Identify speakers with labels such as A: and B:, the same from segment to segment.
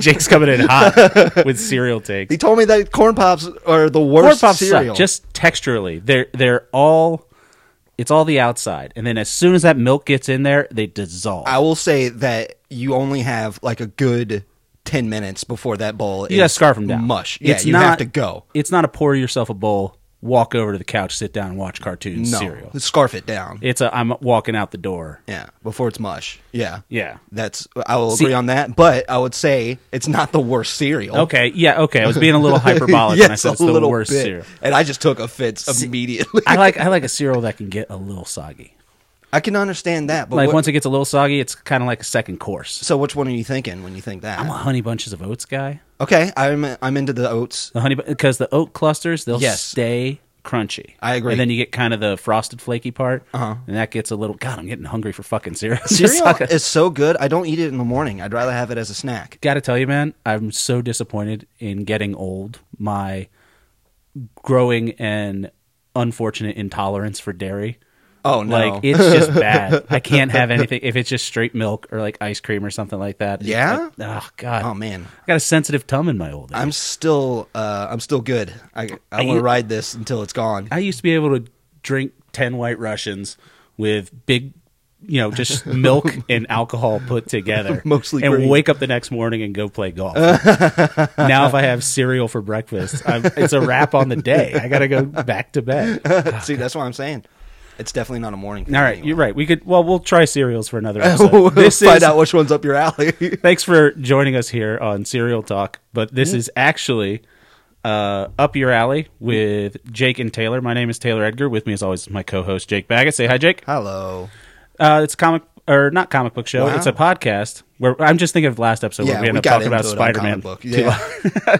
A: Jake's coming in hot with cereal takes.
B: He told me that corn pops are the
A: Corn
B: worst
A: pops
B: cereal.
A: suck. Just texturally, they're they're all. It's all the outside, and then as soon as that milk gets in there, they dissolve.
B: I will say that you only have like a good ten minutes before that bowl.
A: you gotta
B: is
A: scarf them down.
B: Mush. Yeah,
A: It's
B: you
A: not-
B: have to go.
A: It's not a pour yourself a bowl, walk over to the couch, sit down, and watch cartoons.
B: No,
A: Cereal.
B: scarf it down.
A: It's a I'm walking out the door.
B: Yeah, before it's mush. Yeah,
A: Yeah.
B: That's I will
A: See-
B: agree on that. But I would say it's not the worst cereal.
A: Okay. Yeah. Okay. I was being a little hyperbolic when I said it's the worst cereal.
B: And I just took offense immediately.
A: I like I like a cereal that can get a little soggy.
B: I can understand that, but
A: Like
B: what-
A: once it gets a little soggy, it's kind of like a second course.
B: so which one are you thinking when you think that?
A: I'm a honey bunches of oats guy.
B: okay, I'm I'm into the oats.
A: The honey because the oat clusters they'll
B: Yes.
A: stay crunchy.
B: I agree.
A: And then you get kind of the frosted flaky part,
B: Uh-huh.
A: and that gets a little. God, I'm getting hungry for fucking cereal.
B: Cereal is so good. I don't eat it in the morning. I'd rather have it as a snack.
A: Got to tell you, man, I'm so disappointed in getting old. My growing and unfortunate intolerance for dairy.
B: Oh no!
A: Like it's just bad. I can't have anything if it's just straight milk or like ice cream or something like that. It's
B: Yeah?
A: like, oh god.
B: oh man,
A: I got a sensitive tum in my old age.
B: I'm still uh, I'm still good. I I
A: Are
B: want
A: you-
B: to ride this until it's gone.
A: I used to be able to drink ten White Russians with big, you know, just milk and alcohol put together,
B: Mostly
A: and
B: green.
A: wake up the next morning and go play golf. now, if I have cereal for breakfast, I'm, it's a wrap on the day. I got to go back to bed. All
B: See, that's what I'm saying. It's definitely not a morning. Thing
A: Oh, right,
B: anyway.
A: you're right. We could. Well, we'll try cereals for another episode.
B: We'll
A: this
B: find
A: is
B: out which one's up your alley.
A: thanks for joining us here on Serial Talk. But this is actually uh, up your alley with Jake and Taylor. My name is Taylor Edgar. With me, as always, is my co-host Jake Baggett. Say hi, Jake.
B: Hello.
A: Uh, it's a comic or not comic book show.
B: Wow.
A: It's a podcast where I'm just thinking of last episode
B: Yeah,
A: where we ended
B: we
A: up
B: got
A: talking
B: into
A: about
B: it on
A: Spider Man.
B: comic book. Yeah.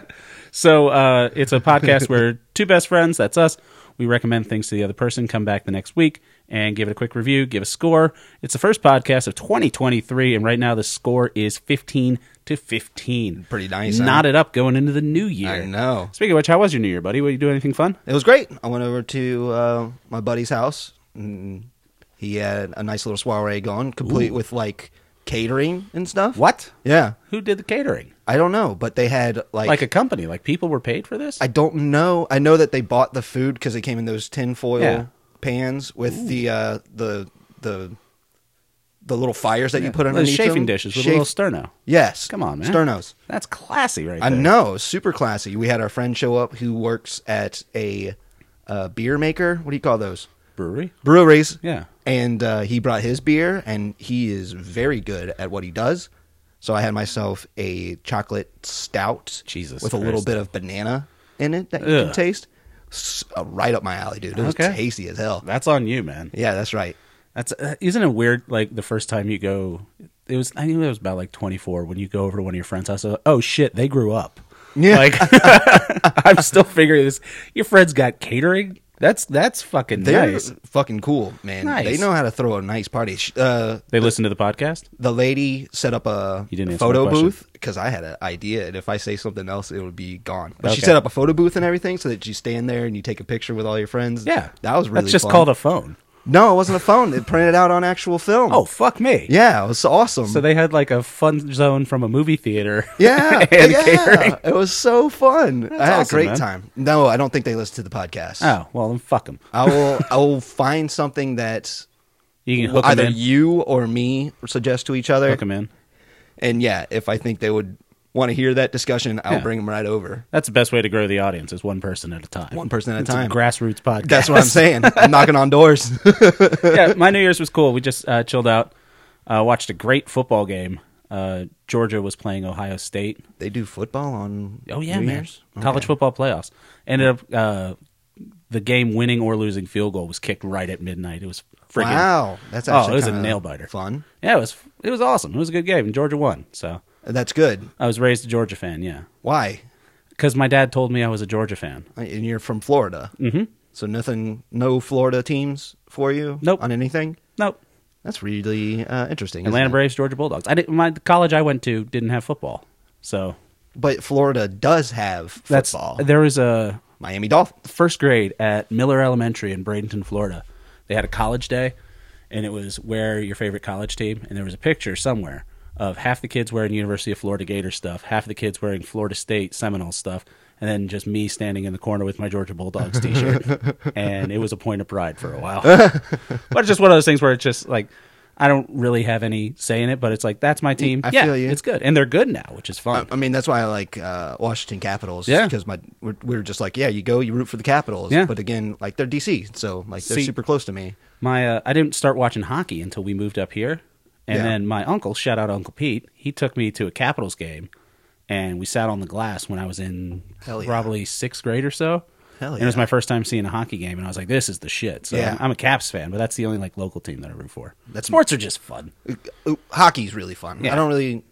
A: So uh, it's a podcast where two best friends, that's us, we recommend things to the other person. Come back the next week and give it a quick review, give a score. It's the first podcast of 2023, and right now the score is 15 to 15.
B: Pretty nice, huh?
A: Knot it up going into the new year.
B: I know.
A: Speaking of which, how was your new year, buddy? Were you doing anything fun?
B: It was great. I went over to uh, my buddy's house. And he had a nice little soiree going, complete with like catering and stuff.
A: What?
B: Yeah,
A: Who did the catering?
B: I don't know, but they had like,
A: Like a company? Like people were paid for this?
B: I don't know. I know that they bought the food because it came in those tinfoil
A: Yeah.
B: pans with the uh, the the the little fires that you put
A: Those
B: underneath
A: chafing
B: them.
A: dishes with
B: Chaf-
A: a little sterno.
B: Yes,
A: Come on, man.
B: Sternos.
A: That's classy, right
B: I
A: there.
B: know, super classy. We had our friend show up who works at a uh, beer maker. What do you call those?
A: Brewery.
B: breweries.
A: Yeah.
B: And uh, he brought his beer, and he is very good at what he does. So I had myself a chocolate stout,
A: Jesus
B: with a little
A: Christ.
B: bit of banana in it that you
A: Ugh.
B: can taste. S- uh, right up my alley, dude. It was
A: Okay.
B: tasty as hell.
A: That's on you, man.
B: Yeah, that's right.
A: That's uh, isn't it weird? Like the first time you go, it was I think it was about like twenty four when you go over to one of your friends' house. Like, oh shit, they grew up.
B: Yeah.
A: Like I'm still figuring this. Your friends got catering. That's that's fucking
B: They're
A: nice.
B: fucking cool, man.
A: Nice.
B: They know how to throw a nice party. Sh- Uh,
A: They listen to the podcast.
B: the lady set up a
A: You didn't answer my
B: photo
A: question.
B: booth because I had an idea, and if I say something else, it would be gone. But she
A: Okay.
B: set up a photo booth and everything so that you stand there and you take a picture with all your friends.
A: Yeah,
B: that was really
A: That's just
B: fun.
A: called a phone.
B: No, it wasn't a phone. It printed out on actual film.
A: Oh fuck me.
B: yeah, it was awesome.
A: So they had like a fun zone from a movie theater.
B: yeah,
A: and
B: yeah,
A: catering.
B: it was so fun. I had
A: awesome,
B: a great
A: man.
B: time. No, I don't think they listen to the podcast.
A: Oh well, then fuck them.
B: I will. I will find something that
A: You can hook
B: either
A: them in.
B: you or me suggest to each other.
A: Hook 'em in.
B: And yeah, if I think they would want to hear that discussion, I'll
A: Yeah.
B: bring them right over.
A: That's the best way to grow the audience is one person at a time.
B: One person at a
A: It's
B: time.
A: grassroots podcast.
B: That's what I'm saying. I'm knocking on doors.
A: yeah, my New Year's was cool. We just uh, chilled out, uh, watched a great football game. Uh, Georgia was playing Ohio State.
B: they do football on
A: Oh yeah,
B: New
A: man!
B: Year's?
A: College football playoffs ended up uh, the game winning or losing field goal was kicked right at midnight. It was freaking
B: Wow, that's
A: Oh, it
B: actually
A: was a
B: kinda
A: nail-biter.
B: Fun.
A: Yeah, it was it was awesome. It was a good game. and Georgia won, so
B: That's good.
A: I was raised a Georgia fan. Yeah,
B: Why?
A: because my dad told me I was a Georgia fan.
B: and you're from Florida. Mm-hmm. So nothing, no Florida teams for you.
A: Nope.
B: on anything.
A: Nope,
B: That's really uh, interesting. isn't
A: Atlanta
B: it?
A: Braves, Georgia Bulldogs. I didn't. My the college I went to didn't have football, so
B: but Florida does have
A: that's
B: football.
A: there was a
B: Miami Dolphins.
A: first grade at Miller Elementary in Bradenton, Florida. They had a college day, and it was wear your favorite college team, and there was a picture somewhere of half the kids wearing University of Florida Gator stuff, half the kids wearing Florida State Seminole stuff, and then just me standing in the corner with my Georgia Bulldogs T-shirt, and it was a point of pride for a while. but it's just one of those things where it's just like I don't really have any say in it, but it's like that's my team.
B: I
A: yeah,
B: feel you.
A: it's good, and they're good now, which is fun.
B: I mean, that's why I like uh, Washington Capitals.
A: Yeah.
B: because my we're, we're just like, yeah, you go, you root for the Capitals.
A: Yeah.
B: but again, like they're DC, so like they're
A: See-
B: super close to me.
A: My uh, I didn't start watching hockey until we moved up here, and
B: Yeah.
A: then my uncle, shout out Uncle Pete, he took me to a Capitals game, and we sat on the glass when I was in
B: Hell yeah.
A: probably sixth grade or so.
B: Hell
A: And it was
B: yeah.
A: my first time seeing a hockey game, and I was like, "This is the shit." So
B: Yeah.
A: I'm, I'm a Caps fan, but that's the only like local team that I root for.
B: That's-
A: Sports are just fun.
B: Ooh, Hockey's really fun.
A: Yeah.
B: I don't really.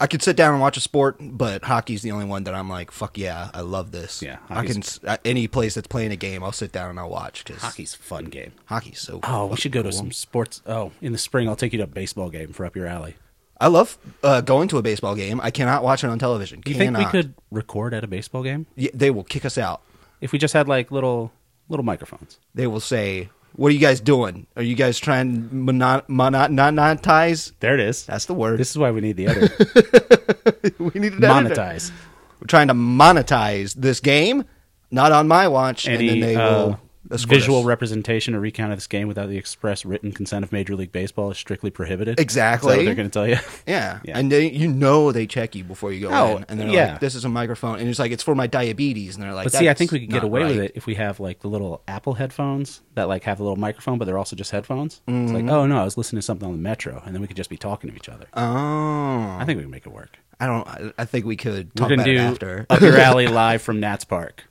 B: I could sit down and watch a sport, but hockey's the only one that I'm like, fuck yeah, I love this.
A: Yeah,
B: I can s- uh, any place that's playing a game, I'll sit down and I'll watch because
A: Hockey's a fun game.
B: hockey's so.
A: Oh, we
B: fucking
A: should go to
B: cool.
A: some sports. Oh, in the spring, I'll take you to a baseball game for up your alley.
B: I love uh, going to a baseball game. I cannot watch it on television.
A: Do you think we
B: Cannot.
A: could record at a baseball game
B: Yeah, they will kick us out.
A: if we just had like little little microphones?
B: They will say, "What are you guys doing? Are you guys trying to mono- mono- monetize?"
A: There it is.
B: That's the word.
A: This is why we need the other
B: we need to
A: monetize.
B: We're trying to monetize this game, not on my watch.
A: Any
B: and then they
A: uh,
B: will escort
A: visual
B: us.
A: representation or recount of this game without the express written consent of Major League Baseball is strictly prohibited.
B: Exactly.
A: Is that what they're going to tell you.
B: Yeah.
A: Yeah.
B: and they, you know they check you before you go
A: Oh,
B: in, and they're
A: yeah.
B: like, "This is a microphone," and it's like, "It's for my diabetes," and they're like,
A: But see, I think
B: "That's
A: we could get
B: not
A: away with
B: right."
A: it if we have like the little Apple headphones that like have a little microphone, but they're also just headphones. It's
B: Mm-hmm.
A: like, oh no, I was listening to something on the metro, and then we could just be talking to each other.
B: Oh,
A: I think we can make it work.
B: I don't. I, I think we could
A: We're
B: talk
A: gonna
B: about
A: do
B: it after.
A: up your alley live from Nats Park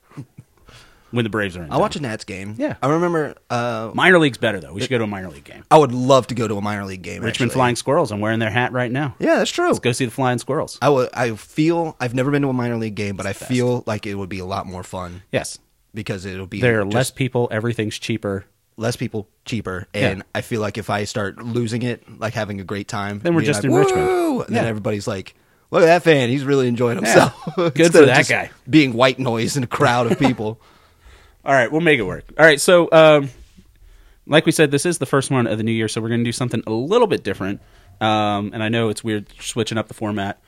A: when the Braves are in.
B: I'll watch a Nats game.
A: Yeah.
B: I remember. Uh,
A: Minor league's better though. We should go to a minor league game.
B: I would love to go to a minor league game.
A: Richmond
B: actually.
A: Flying Squirrels. I'm wearing their hat right now.
B: Yeah, that's true.
A: Let's go see the Flying Squirrels.
B: I would. I feel I've never been to a minor league game, but I feel like it would be a lot more fun
A: Yes,
B: because it'll be
A: there are
B: just
A: less people. Everything's cheaper.
B: less people, cheaper,
A: Yeah.
B: and I feel like if I start losing it, like having a great time,
A: Then we're
B: being
A: just
B: like,
A: in Richmond.
B: "Woo!" and then
A: Yeah.
B: everybody's like, "Look at that fan, he's really enjoying
A: Yeah.
B: himself."
A: Good for
B: Instead of
A: that
B: just
A: guy.
B: Being white noise in a crowd of people.
A: All right, we'll make it work. All right, so um, like we said, this is the first one of the new year, so we're going to do something a little bit different. Um, and I know it's weird switching up the format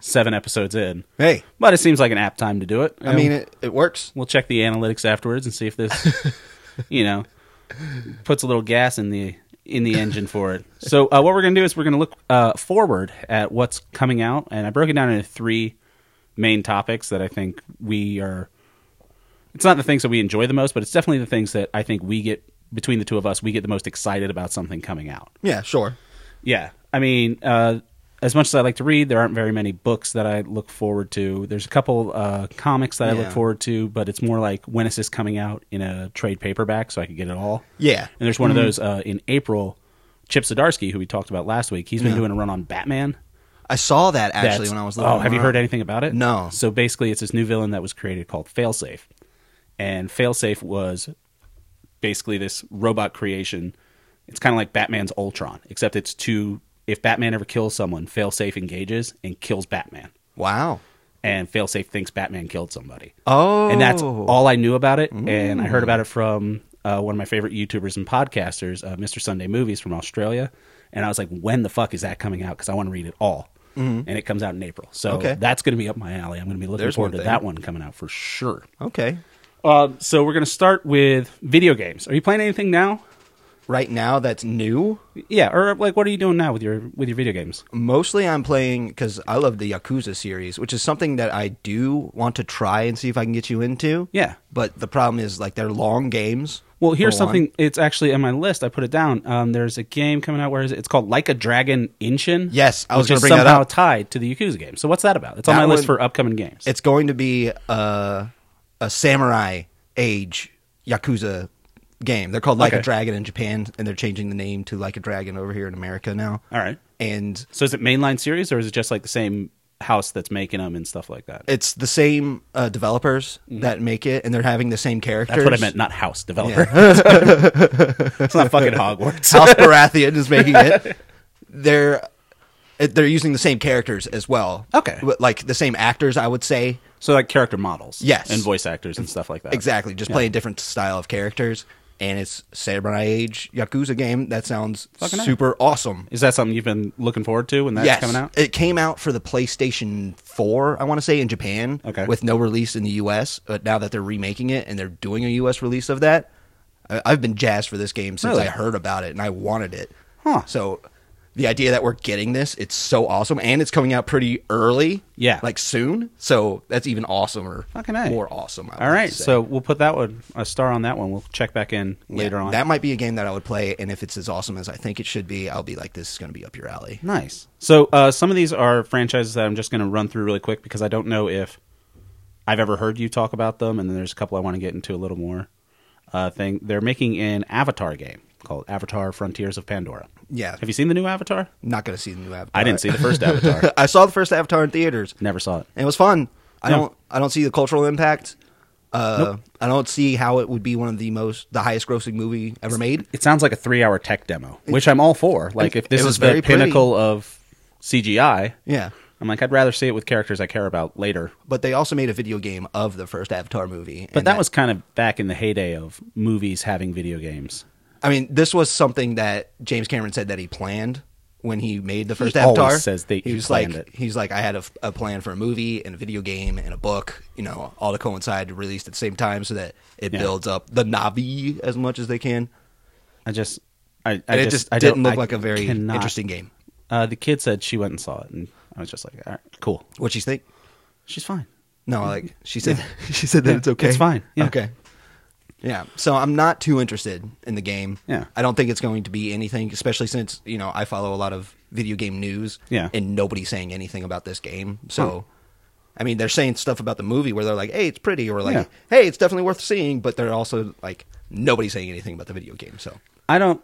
A: seven episodes in,
B: hey,
A: but it seems like an apt time to do it.
B: I mean, it, it works.
A: we'll check the analytics afterwards and see if this, you know, puts a little gas in the in the engine for it. So uh, what we're going to do is we're going to look uh, forward at what's coming out, and I broke it down into three main topics that I think we are. It's not the things that we enjoy the most, but it's definitely the things that I think we get between the two of us. We get the most excited about something coming out.
B: Yeah, sure.
A: Yeah, I mean, uh, as much as I like to read, there aren't very many books that I look forward to. There's a couple uh, comics that I look
B: Yeah.
A: forward to, but it's more like when is this coming out in a trade paperback so I could get it all.
B: Yeah. Mm-hmm.
A: and there's one of those uh, in April. Chip Zdarsky, who we talked about last week, he's been doing a run on Batman.
B: I saw that actually
A: That's-
B: when I was. looking
A: oh, have you
B: around.
A: heard anything about it?
B: No.
A: So basically, it's this new villain that was created called Failsafe, and Failsafe was basically this robot creation. It's kind of like Batman's Ultron, except it's two. If Batman ever kills someone, Failsafe engages and kills Batman,
B: Uh-huh. Wow.
A: and Failsafe thinks Batman killed somebody.
B: Oh, Mm.
A: And that's all I knew about it, and I heard about it from uh, one of my favorite YouTubers and podcasters, uh, Mr. Sunday Movies from Australia. And I was like, "When the fuck is that coming out?" Because I want to read it all. And it comes out in April, so
B: Mm-hmm. Okay.
A: that's going to be up my alley. I'm going to be looking
B: There's
A: forward
B: one
A: to
B: thing.
A: that one coming out for sure.
B: Okay.
A: Um, so we're going to start with video games. Are you playing anything now?
B: Right now, that's new.
A: Yeah, or like, what are you doing now with your with your video games?
B: Mostly, I'm playing because I love the Yakuza series, which is something that I do want to try and see if I can get you into.
A: Yeah.
B: But the problem is, like, they're long games.
A: Well, here's
B: for one.
A: something. It's actually on my list. I put it down. Um, there's a game coming out. Where is it? It's called Like a Dragon Inshin.
B: Yes, I was
A: which
B: gonna
A: is
B: bring that
A: somehow
B: up.
A: tied to the Yakuza game. So what's that about? It's on my
B: That
A: list
B: one-
A: for upcoming games.
B: It's going to be a, a samurai age Yakuza game. They're called Like
A: Okay.
B: a Dragon in Japan, and they're changing the name to Like a Dragon over here in America now.
A: All right.
B: And
A: So is it mainline series or is it just like the same house that's making them and stuff like that?
B: it's the same uh, developers that make it, and they're having the same characters.
A: Mm-hmm. that's what I meant, not house developer. it's not fucking Hogwarts.
B: House Baratheon is making it. They're it- they're using the same characters as well.
A: Okay.
B: But, like the same actors, I would say.
A: So like character models,
B: Yes.
A: and voice actors and stuff like that.
B: Exactly, just playing different style of characters. and it's Samurai Age Yakuza game. That sounds
A: Fucking A.
B: super awesome.
A: Is that something you've been looking forward to when that's
B: yes,
A: coming out?
B: it came out for the PlayStation 4, I want to say, in Japan.
A: Okay.
B: with no release in the U.S. But now that they're remaking it and they're doing a U.S. release of that, I- I've been jazzed for this game since
A: Really?
B: I heard about it and I wanted it.
A: Huh.
B: So the idea that we're getting this, it's so awesome, and it's coming out pretty early.
A: Yeah.
B: like soon. So that's even awesomer.
A: Fucking A.
B: more awesome. I
A: All
B: would
A: right,
B: say.
A: so we'll put that one a star on that one. We'll check back in
B: Yeah,
A: later on.
B: that might be a game that I would play, and if it's as awesome as I think it should be, I'll be like, this is going to be up your alley.
A: Nice. So uh, some of these are franchises that I'm just going to run through really quick because I don't know if I've ever heard you talk about them, and then there's a couple I want to get into a little more. Uh, thing they're making an Avatar game called Avatar: Frontiers of Pandora.
B: Yeah.
A: Have you seen the new Avatar?
B: Not going to see the new Avatar.
A: I didn't see the first Avatar.
B: I saw the first Avatar in theaters.
A: Never saw it.
B: and it was fun. I
A: Yeah.
B: don't I don't see the cultural impact. Uh, I don't see how it would be one of the most the highest grossing movie ever made.
A: It sounds like a three-hour tech demo, which I'm all for. Like if this
B: it was
A: is the
B: very pretty.
A: pinnacle of CGI,
B: Yeah,
A: I'm like I'd rather see it with characters I care about later.
B: but they also made a video game of the first Avatar movie.
A: But that, was kind of back in the heyday of movies having video games.
B: I mean, this was something that James Cameron said that he planned when he made the first
A: always
B: Avatar.
A: says that he
B: was
A: planned
B: like
A: it.
B: he's like I had a, f- a plan for a movie and a video game and a book, you know, all to coincide released at the same time so that it
A: Yeah.
B: builds up the Navi as much as they can.
A: I just, I, I
B: And it
A: just,
B: just
A: I
B: didn't
A: don't-
B: look
A: I
B: like a very
A: cannot-
B: interesting game.
A: Uh, the kid said she went and saw it, and I was just like, all right, cool,
B: What you think?
A: she's fine.
B: No, like she said, she said that
A: Yeah,
B: it's okay.
A: it's fine, yeah.
B: Okay. Yeah. So I'm not too interested in the game.
A: Yeah.
B: I don't think it's going to be anything, especially since you know I follow a lot of video game news.
A: Yeah.
B: And nobody's saying anything about this game. So, I mean, they're saying stuff about the movie where they're like, "Hey, it's pretty," or like,
A: Yeah.
B: "Hey, it's definitely worth seeing," but they're also like, nobody's saying anything about the video game. So.
A: I don't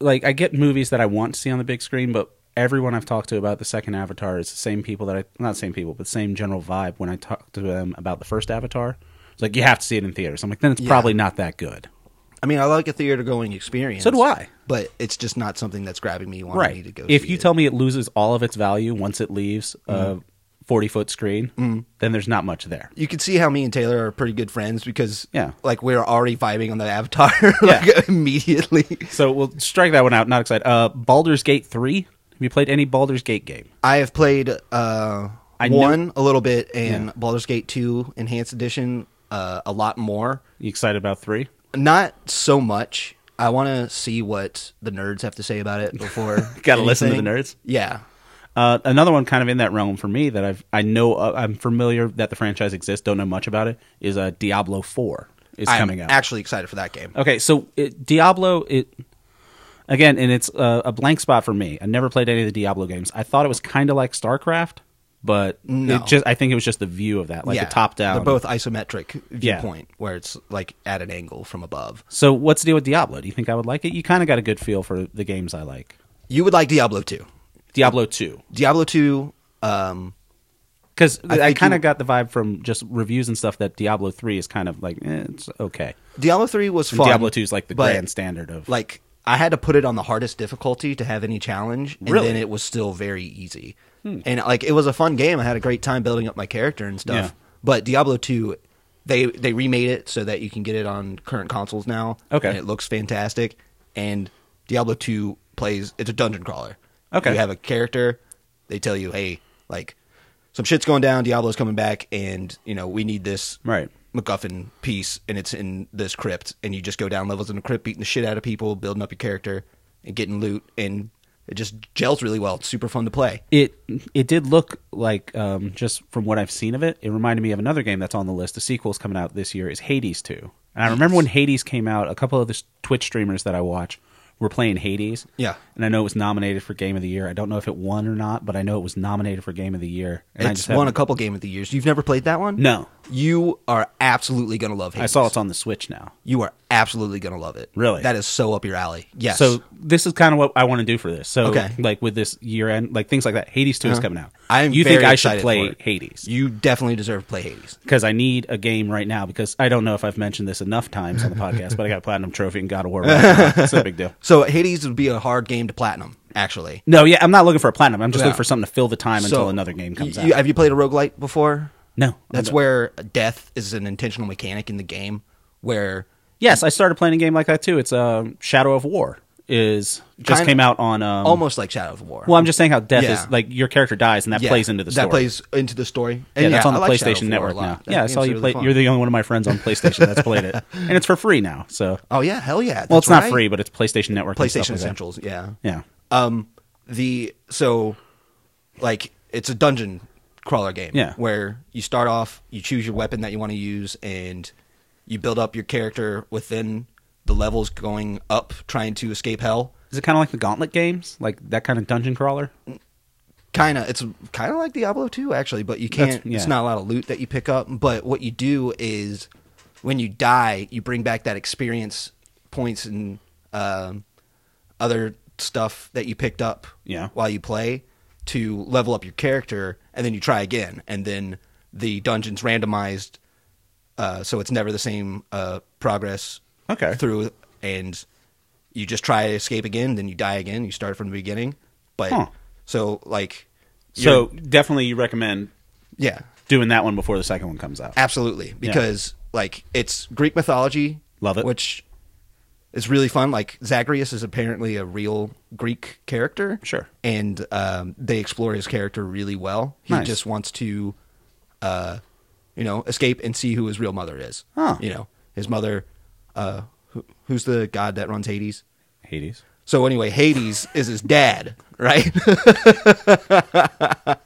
A: like. I get movies that I want to see on the big screen, but everyone I've talked to about the second Avatar is the same people that I not same people, but same general vibe when I talk to them about the first Avatar. It's like you have to see it in theaters. I'm like, then it's
B: Yeah.
A: probably not that good.
B: I mean, I like a theater going experience.
A: So do I.
B: But it's just not something that's grabbing me. Wanting me
A: right
B: to go
A: if
B: see
A: you
B: it. Mm-hmm.
A: tell me it loses all of its value once it leaves a 40 foot screen then there's not much there
B: you can see how me and Taylor are pretty good friends because
A: Yeah.
B: like we're already vibing on the avatar like, immediately.
A: so we'll strike that one out not excited uh baldur's gate 3 have you played any baldur's gate game
B: I have played uh
A: I know-
B: one a little bit and Baldur's Gate 2 enhanced edition uh, a lot more.
A: you excited about 3
B: Not so much. I want to see what the nerds have to say about it before.
A: Gotta listen to the
B: anything.
A: nerds.
B: Yeah.
A: uh, another one kind of in that realm for me that i've i know uh, i'm familiar that the franchise exists don't know much about it is uh, diablo 4 is
B: I'm
A: coming out Oh,
B: actually excited for that game.
A: Okay, so it, Diablo, it again, and it's uh, a blank spot for me. I never played any of the Diablo games. I thought it was kind of like StarCraft, but
B: No.
A: it just I think it was just the view of that, like the top down.
B: They're both isometric
A: Yeah.
B: viewpoint where it's like at an angle from above.
A: So what's the deal with Diablo? Do you think I would like it? You kind of got a good feel for the games I like.
B: You would like Diablo 2.
A: Diablo two,
B: Diablo 2 um
A: because I,
B: think
A: kind of
B: you-
A: got the vibe from just reviews and stuff that Diablo three is kind of like eh, it's okay.
B: Diablo three was
A: And
B: fun.
A: Diablo two is like the
B: but,
A: grand standard of
B: Like I had to put it on the hardest difficulty to have any challenge, and
A: Really? Hmm.
B: then it was still very easy. And like it was a fun game. I had a great time building up my character and stuff.
A: Yeah.
B: But Diablo two, they they remade it so that you can get it on current consoles now.
A: Okay.
B: and it looks fantastic. And Diablo two plays. It's a dungeon crawler.
A: Okay.
B: you have a character. They tell you, hey, like some shit's going down. Diablo's coming back, and you know we need this
A: Right.
B: MacGuffin piece, and it's in this crypt, and you just go down levels in the crypt, beating the shit out of people, building up your character, and getting loot, and it just gels really well. It's super fun to play.
A: it it did look like um, just from what I've seen of it, it reminded me of another game that's on the list. The sequel's coming out this year is Hades two, and I remember when Hades came out, a couple of the s- Twitch streamers that I watch were playing Hades.
B: Yeah.
A: and I know it was nominated for Game of the Year. I don't know if it won or not, but I know it was nominated for Game of the Year. And I
B: it's
A: just
B: won a
A: haven't-
B: couple game of the years. You've never played that one?
A: No.
B: You are absolutely gonna love. Hades.
A: I saw it's on the Switch now.
B: You are absolutely gonna love it.
A: Really?
B: That is so up your alley. Yes.
A: So this is kind of what I want to do for this. So
B: Okay.
A: like with this year end, like things like that. Hades 2 is coming out.
B: I am.
A: You
B: very
A: think I
B: excited
A: should play
B: for it.
A: Hades?
B: You definitely deserve to play Hades.
A: because I need a game right now because I don't know if I've mentioned this enough times on the podcast, but I got a platinum trophy in God of War. Ragnarok. It's no big deal.
B: So Hades would be a hard game to platinum, actually.
A: No, yeah, I'm not looking for a platinum. I'm just
B: Yeah.
A: looking for something to fill the time until
B: So,
A: another game comes
B: y- you-
A: out.
B: Have you played a roguelite before?
A: no,
B: That's where death is an intentional mechanic in the game where
A: Yes, I started playing a game like that too. It's um, Shadow of War is just
B: Kinda-
A: came out on um,
B: almost like Shadow of War.
A: Well, I'm just saying how death
B: Yeah.
A: is like your character dies and that
B: Yeah,
A: plays into the
B: that
A: story.
B: plays into the story. And
A: yeah, that's on
B: I
A: the
B: like Shadow of
A: PlayStation
B: War a
A: Network
B: lot.
A: now.
B: That
A: yeah, I
B: game's
A: saw you
B: really
A: play.
B: fun.
A: You're the only one of my friends on PlayStation that's played it, and it's for free now. So, well,
B: oh yeah, hell yeah.
A: it's
B: that's
A: not
B: right.
A: free, but it's PlayStation Network. and stuff
B: PlayStation
A: like that.
B: Essentials. Yeah.
A: Yeah,
B: Um, the so, like, it's a dungeon crawler game.
A: Yeah.
B: Where you start off, you choose your weapon that you want to use, and you build up your character within the levels going up, trying to escape hell.
A: is it kind of like the Gauntlet games, like that kind of dungeon crawler?
B: Kind of, it's kind of like Diablo 2 actually, but you
A: That's-
B: can't. It's
A: yeah.
B: not a lot of loot that you pick up. But what you do is, when you die, you bring back that experience points and um, other stuff that you picked up.
A: Yeah.
B: While you play, to level up your character, and then you try again, and then the dungeon's randomized, uh, so it's never the same uh, progress.
A: Okay.
B: Through and you just try to escape again, then you die again, you start from the beginning. But
A: Huh.
B: so like
A: So
B: you're-
A: definitely, you recommend
B: yeah,
A: doing that one before the second one comes out.
B: absolutely because like it's Greek mythology,
A: Love it.
B: which is really fun. Like Zacharias is apparently a real Greek character,
A: Sure.
B: and um, they explore his character really well. He
A: Nice.
B: just wants to, uh, you know, escape and see who his real mother is.
A: Huh.
B: You know, his mother, uh, who, who's the god that runs Hades.
A: Hades.
B: So anyway, Hades is his dad, right?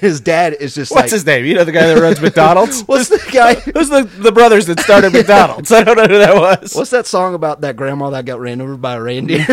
B: his dad is just
A: What's
B: like
A: his name? You know the guy that runs McDonald's.
B: what's the guy?
A: Who's the the brothers that started McDonald's? I don't know who that was.
B: What's that song about that grandma that got ran over by a reindeer?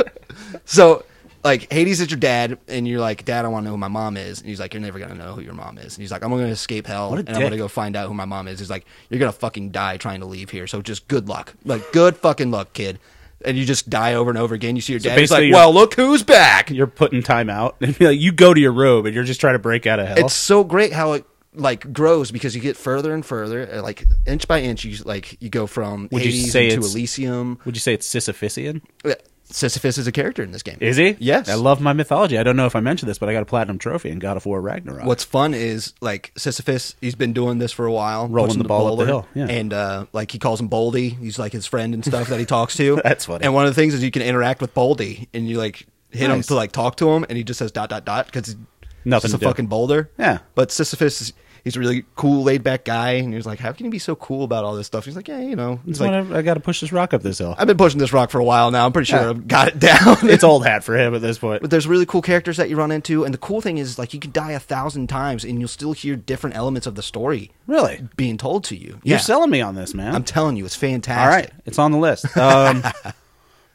B: so, like, Hades is your dad, and you're like, Dad, I want to know who my mom is. And he's like, You're never going to know who your mom is. And he's like, I'm going to escape hell,
A: What a
B: and I'm going to
A: dick.
B: go find out who my mom is. He's like, You're going to fucking die trying to leave here. So, just good luck. Like, good fucking luck, kid. And you just die over and over again. You see your dad. He's
A: basically you're-
B: like, Well, look who's back.
A: You're putting time out, and like, you go to your robe, and you're just trying to break out of hell.
B: It's so great how it like grows because you get further and further, uh, like inch by inch. You like you go from
A: Would you
B: Hades
A: say
B: into
A: it's-
B: Elysium.
A: Would you say it's Sisyphusian?
B: Yeah, Sisyphus is a character in this game.
A: Is he?
B: Yes.
A: I love my mythology. I don't know if I mentioned this, but I got a platinum trophy in God of War Ragnarok.
B: What's fun is like Sisyphus. He's been doing this for a while,
A: Rolling
B: pushing
A: the ball up the
B: boulder,
A: hill, yeah.
B: and uh, like he calls him Boldy. He's like his friend and stuff that he talks to.
A: That's funny.
B: And one of the things is you can interact with Boldy, and you like hit him
A: Nice.
B: to like talk to him, and he just says dot dot dot because
A: Nothing
B: Just a
A: to do.
B: fucking boulder.
A: Yeah.
B: But Sisyphus, is, he's a really cool, laid back guy, and he was like, "How can you be so cool about all this stuff?" He's like, "Yeah, you know." He's
A: It's
B: like,
A: when I, got to push this rock up this hill.
B: "I've been pushing this rock for a while now. I'm pretty sure
A: Yeah.
B: I've got it down."
A: it's old hat for him at this point.
B: But there's really cool characters that you run into, and the cool thing is like you can die a thousand times and you'll still hear different elements of the story
A: Really?
B: being told to you.
A: You're selling me on this, man.
B: I'm telling you, it's
A: All
B: fantastic.
A: right, it's on the list. Um,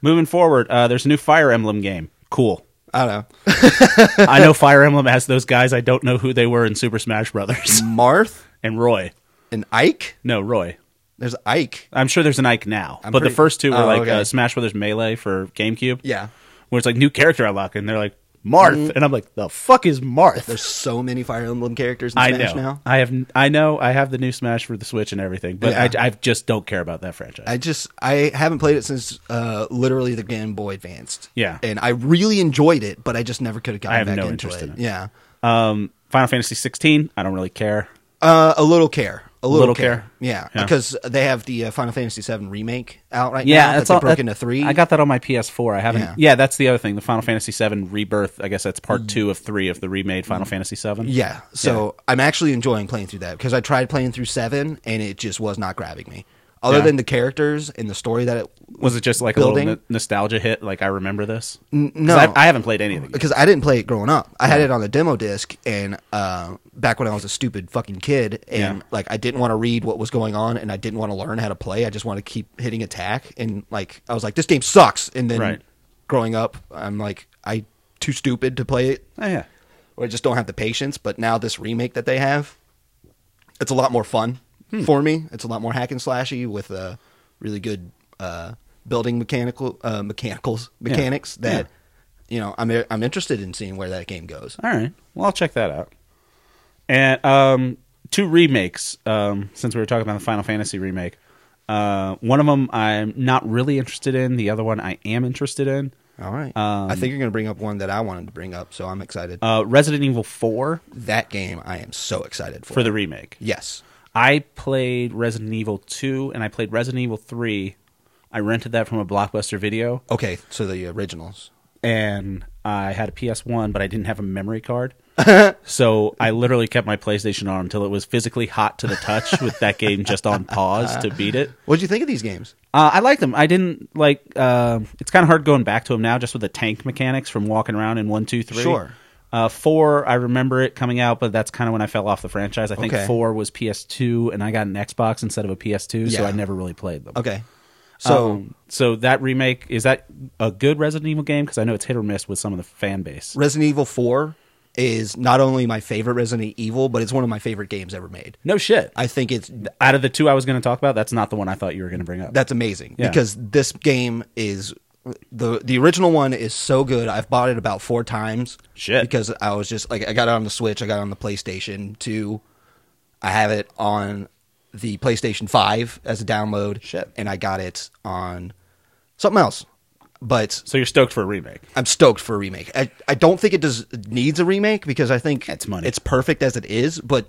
A: moving forward, uh, there's a new Fire Emblem game. Cool.
B: I don't know.
A: I know Fire Emblem has those guys. I don't know who they were in Super Smash Brothers
B: Marth
A: and Roy.
B: and Ike.
A: No, Roy.
B: There's Ike.
A: I'm sure there's an Ike now, but
B: pretty-
A: the first two were
B: Oh,
A: like
B: okay.
A: uh, Smash Brothers Melee for GameCube.
B: Yeah. Mm-hmm.
A: where it's like new character unlock, and they're like Marth, and I'm like, the fuck is Marth?
B: There's so many Fire Emblem characters in
A: I know.
B: Smash now.
A: I have. I know. I have the new Smash for the Switch and everything, but
B: Yeah.
A: I, I just don't care about that franchise.
B: I just I haven't played it since uh, literally the Game Boy Advanced.
A: Yeah.
B: and I really enjoyed it, but I just never could have gotten
A: I have
B: back
A: no
B: into
A: interest
B: it.
A: in it.
B: Yeah,
A: um, Final Fantasy 16. I don't really care.
B: Uh, a little care, a little,
A: Little
B: care.
A: care.
B: Yeah,
A: Yeah.
B: because they have the uh, Final Fantasy VII remake out right now.
A: Yeah,
B: that
A: that's
B: they
A: all.
B: broke
A: that-
B: into three.
A: I got that on my PS4. I haven't.
B: Yeah.
A: Yeah. Mm. that's the other thing. The Final Fantasy 7 Rebirth. I guess that's part two of three of the remade Final Fantasy 7.
B: yeah, so I'm actually enjoying playing through that because I tried playing through seven and it just was not grabbing me. Other
A: Yeah.
B: than the characters and the story that it,
A: Was it just like a
B: Building.
A: little n- nostalgia hit? Like I remember this. 'Cause
B: no.
A: I, I haven't played anything.
B: because I didn't play it growing up. I had it on a demo disc and uh, back when I was a stupid fucking kid and
A: Yeah.
B: like I didn't want to read what was going on and I didn't want to learn how to play. I just wanted to keep hitting attack and like I was like this game sucks. And then
A: Right.
B: growing up, I'm like I too stupid to play it
A: Oh, yeah.
B: or I just don't have the patience. But now this remake that they have, it's a lot more fun for me. It's a lot more hack and slashy with uh, really good uh, building mechanical uh, mechanicals mechanics that you know I'm I'm interested in seeing where that game goes.
A: All right. Well, I'll check that out. And um, two remakes. Um, since we were talking about the Final Fantasy remake, uh, one of them I'm not really interested in. The other one I am interested in.
B: All right, Um, I think you're going to bring up one that I wanted to bring up, so I'm excited.
A: Uh, Resident Uh, Evil Four
B: that game I am so excited for.
A: for the remake.
B: yes,
A: I played Resident Evil 2 and I played Resident Evil 3. I rented that from a Blockbuster video
B: Okay, so the originals.
A: and I had a PS1, but I didn't have a memory card. so I literally kept my PlayStation on until it was physically hot to the touch with that game just on pause to beat it.
B: What'd you think of these games?
A: Uh, I liked them. I didn't like. Uh, it's kind of hard going back to them now, just with the tank mechanics from walking around in one, two, three.
B: Sure.
A: Uh, four, I remember it coming out, but that's kind of when I fell off the franchise. I think
B: Okay.
A: four was PS2, and I got an Xbox instead of a PS2, so
B: Yeah.
A: I never really played them.
B: Okay, so
A: Um, so that remake is that a good Resident Evil game? Because I know it's hit or miss with some of the fan base.
B: Resident Evil Four is not only my favorite Resident Evil, but it's one of my favorite games ever made.
A: No shit.
B: I think it's
A: Out of the two I was going to talk about, that's not the one I thought you were going to bring up.
B: that's amazing
A: Yeah.
B: because this game is the the original one is so good. I've bought it about four times.
A: Shit.
B: because I was just like I got it on the Switch, I got it on the PlayStation Two, I have it on the PlayStation Five as a download.
A: Shit.
B: and I got it on something else, but
A: so you're stoked for a remake.
B: I'm stoked for a remake. I, I don't think it does needs a remake because I think
A: It's money.
B: It's perfect as it is, but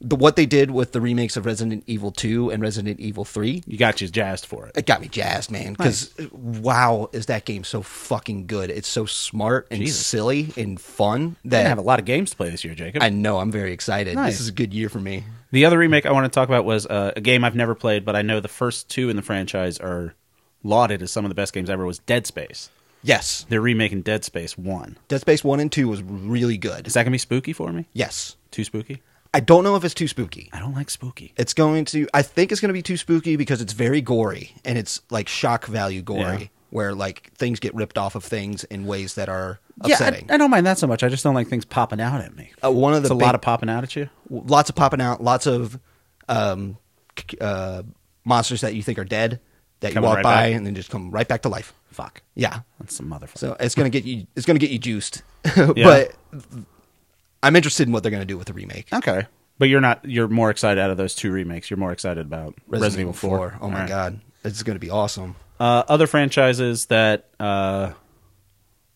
B: the what they did with the remakes of Resident Evil 2 and Resident Evil 3,
A: You got you jazzed for it.
B: it got me jazzed, man, cuz wow, is that game so fucking good. It's so smart and
A: Jesus.
B: silly and fun
A: I
B: that
A: have a lot of games to play this year, Jacob.
B: I know I'm very excited.
A: Nice.
B: This is a good year for me.
A: the other remake I want to talk about was uh, a game I've never played, but I know the first two in the franchise are lauded as some of the best games ever. Was Dead Space?
B: Yes.
A: They're remaking Dead Space One.
B: Dead Space 1 and 2 was really good.
A: Is that going to be spooky for me?
B: Yes.
A: Too spooky?
B: I don't know if it's too spooky.
A: I don't like spooky.
B: It's going to. I think it's going to be too spooky because it's very gory and it's like shock value gory,
A: Yeah.
B: where like things get ripped off of things in ways that are
A: Yeah,
B: upsetting.
A: I, I don't mind that so much. I just don't like things popping out at me.
B: uh, one of the
A: It's a
B: big-
A: lot of popping out at you.
B: lots of popping out, lots of um, c- uh, monsters that you think are dead that
A: Coming
B: you walk
A: right
B: by
A: back.
B: and then just come right back to life.
A: Fuck.
B: Yeah,
A: That's some motherfucker.
B: so it's gonna get you. It's gonna get you juiced. but I'm interested in what they're gonna do with the remake.
A: Okay. But you're not you're more excited out of those two remakes. You're more excited about Resident, Evil 4.
B: Oh my
A: Alright.
B: god, it's gonna be awesome.
A: Uh, other franchises that uh,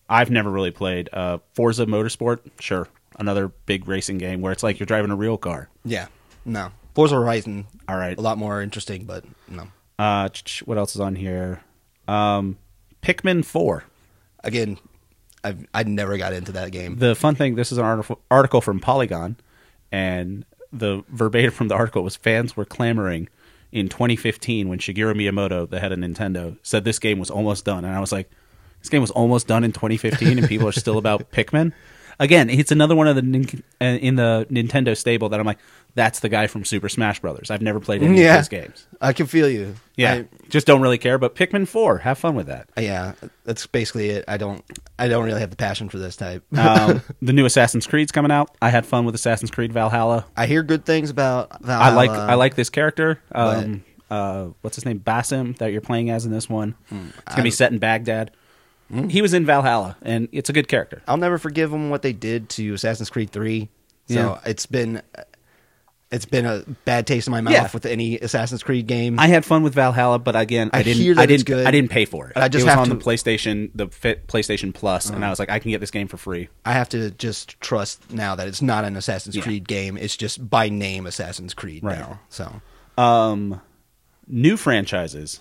A: I've never really played. Uh, Forza Motorsport, sure. Another big racing game where it's like you're driving a real car.
B: Yeah, no. Forza Horizon,
A: All right.
B: a lot more interesting, but no.
A: Uh, ch- ch- what else is on here? Um, Pikmin 4.
B: again, I've I never got into that game.
A: The fun thing, this is an artif- article from Polygon, and the verbatim from the article was fans were clamoring in 2015 when Shigeru Miyamoto, the head of Nintendo, said this game was almost done. And I was like, this game was almost done in 2015, and people are still about Pikmin. Again, it's another one of the nin- uh, in the Nintendo stable that I'm like, that's the guy from Super Smash Brothers. I've never played any
B: Yeah.
A: of his games.
B: I can feel you.
A: Yeah, just don't really care. But Pikmin Four, have fun with that.
B: I- yeah, that's basically it. I don't I don't really have the passion for this type.
A: Um, the new Assassin's Creed's coming out. I had fun with Assassin's Creed Valhalla.
B: I hear good things about
A: I like
B: Valhalla.
A: I like this character. Um, uh, what's his name? Basim that you're playing as in this one.
B: Hmm,
A: it's gonna be set in Baghdad. He was in Valhalla, and it's a good character.
B: I'll never forgive them what they did to Assassin's Creed 3. So
A: Yeah.
B: it's been it's been a bad taste in my mouth
A: Yeah.
B: with any Assassin's Creed game.
A: I had fun with Valhalla, but again, I,
B: I
A: didn't.
B: hear that
A: I
B: it's
A: didn't.
B: good.
A: I didn't pay for it.
B: I just
A: it was
B: have
A: on
B: to- Uh-huh.
A: the PlayStation, the fit, PlayStation Plus, and I was like, I can get this game for free.
B: I have to just trust now that it's not an Assassin's
A: Yeah.
B: Creed game. It's just by name Assassin's Creed
A: Right.
B: now. So
A: Um, new franchises.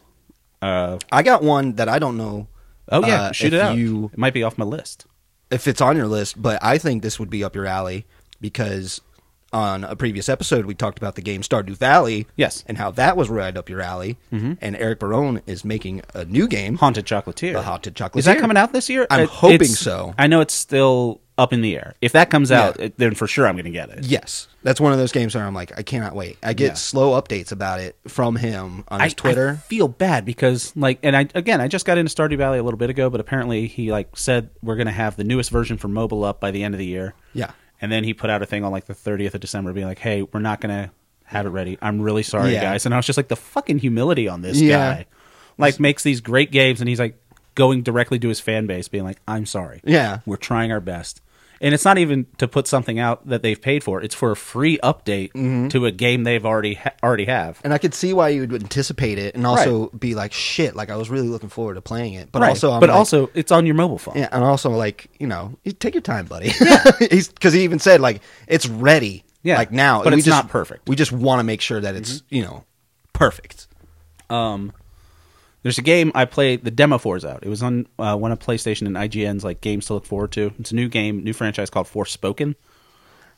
A: Uh,
B: I got one that I don't know.
A: oh yeah,
B: uh,
A: shoot
B: if
A: it out.
B: You
A: it might be off my list.
B: if it's on your list, but I think this would be up your alley because on a previous episode we talked about the game Stardew Valley,
A: Yes. Mm-hmm.
B: and how that was right up your alley. And Eric Barone is making a new game,
A: Haunted Chocolatier.
B: The Haunted Chocolatier.
A: Is that coming out this year?
B: I'm
A: It-
B: hoping
A: it's-
B: so.
A: I know it's still up in the air. If that comes out,
B: Yeah.
A: it- then for sure I'm going to get it.
B: Yes, that's one of those games where I'm like, I cannot wait. I get
A: Yeah.
B: slow updates about it from him on
A: I,
B: his Twitter.
A: I feel bad because like, and I again, I just got into Stardew Valley a little bit ago, but apparently he like said we're going to have the newest version for mobile up by the end of the year.
B: Yeah.
A: and then he put out a thing on like the 30th of December, being like, "Hey, we're not going to have it ready. I'm really sorry,
B: Yeah.
A: guys." And I was just like, the fucking humility on this
B: Yeah.
A: guy, like makes these great games, and he's like going directly to his fan base, being like, "I'm sorry,
B: Yeah.
A: we're trying our best." And it's not even to put something out that they've paid for; it's for a free update
B: Mm-hmm.
A: to a game they've already ha- already have.
B: and I could see why you would anticipate it, and also be like, "Shit!" Like I was really looking forward to playing it, but
A: Right.
B: also, I'm
A: but
B: like-
A: also, it's on your mobile phone.
B: Yeah, and also like you know, you take your time, buddy. Because he even said like it's ready
A: Yeah,
B: like now,
A: but
B: we
A: it's
B: just-
A: not perfect. Mm-hmm.
B: We just want to make sure that it's you know perfect.
A: There's a game I played. The demo for is out. It was on uh, one of PlayStation and IGN's like games to look forward to. It's a new game, new franchise called Forspoken.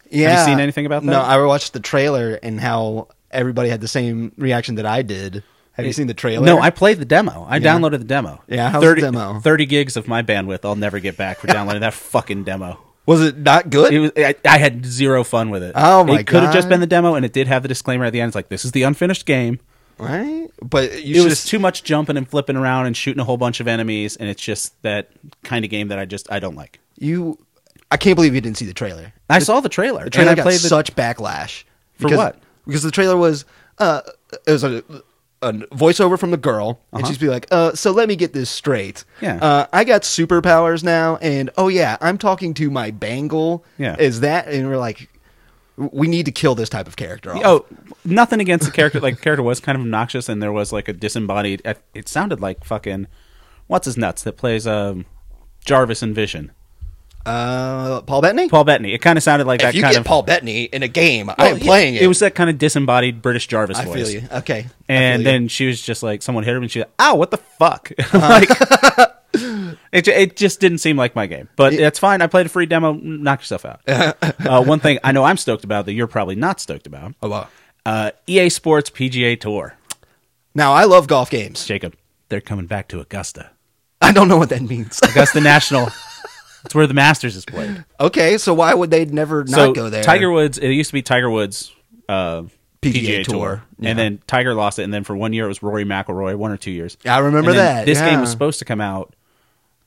B: Yeah.
A: seen anything about
B: No,
A: that?
B: I watched the trailer and how everybody had the same reaction that I did. Have you seen the trailer?
A: No, I played the demo. I downloaded the demo.
B: Yeah, how's the
A: 30,
B: demo?
A: 30 gigs of my bandwidth. I'll never get back for downloading that fucking demo.
B: was it not good.
A: It was, I, I had zero fun with it.
B: Oh, my
A: It could have just
B: God.
A: been the demo, and it did have the disclaimer at the end. It's like this is the unfinished game.
B: right, but you
A: It
B: should
A: was too much jumping and flipping around and shooting a whole bunch of enemies, and it's just that kind of game that I just I don't like.
B: you. I can't believe you didn't see the trailer.
A: I saw the trailer.
B: The trailer
A: and I
B: got
A: played the,
B: such backlash
A: For
B: because,
A: what?
B: Because the trailer was uh, it was a, a voiceover from the girl, and she'd be like, uh, "So let me get this straight.
A: Uh-huh. Yeah.
B: uh, I got superpowers now, and oh yeah, I'm talking to my bangle.
A: Yeah.
B: is that?" And we're like, "We need to kill this type of character." Off.
A: Oh, nothing against the character. Like the character was kind of obnoxious, and there was like a disembodied. I- It sounded like fucking what's his nuts that plays um Jarvis in Vision.
B: uh, Paul Bettany.
A: Paul Bettany. It kind of sounded like that
B: if you
A: kind
B: get
A: of.
B: Paul Bettany in a game, I
A: Well,
B: am playing it.
A: It was that kind of disembodied British Jarvis
B: I
A: voice.
B: feel you. Okay, I
A: And
B: feel you.
A: then she was just like, someone hit her, and she, ow, what the fuck? like, it, ju- it just didn't seem like my game. But that's fine. I played a free demo. Knock yourself out. uh, one thing I know I'm stoked about that you're probably not stoked about
B: oh, wow.
A: uh, EA Sports PGA Tour.
B: Now I love golf games.
A: Jacob, they're coming back to Augusta.
B: I don't know what that means.
A: Augusta National. It's where the Masters is played.
B: okay, so why would they never not
A: so
B: go there?
A: Tiger Woods, it used to be Tiger Woods uh,
B: PGA
A: PGA,
B: Tour.
A: Tour,
B: Yeah.
A: and then Tiger lost it, and then for one year it was Rory McIlroy, one or two years.
B: I remember
A: And then
B: that,
A: This game was
B: yeah.
A: supposed to come out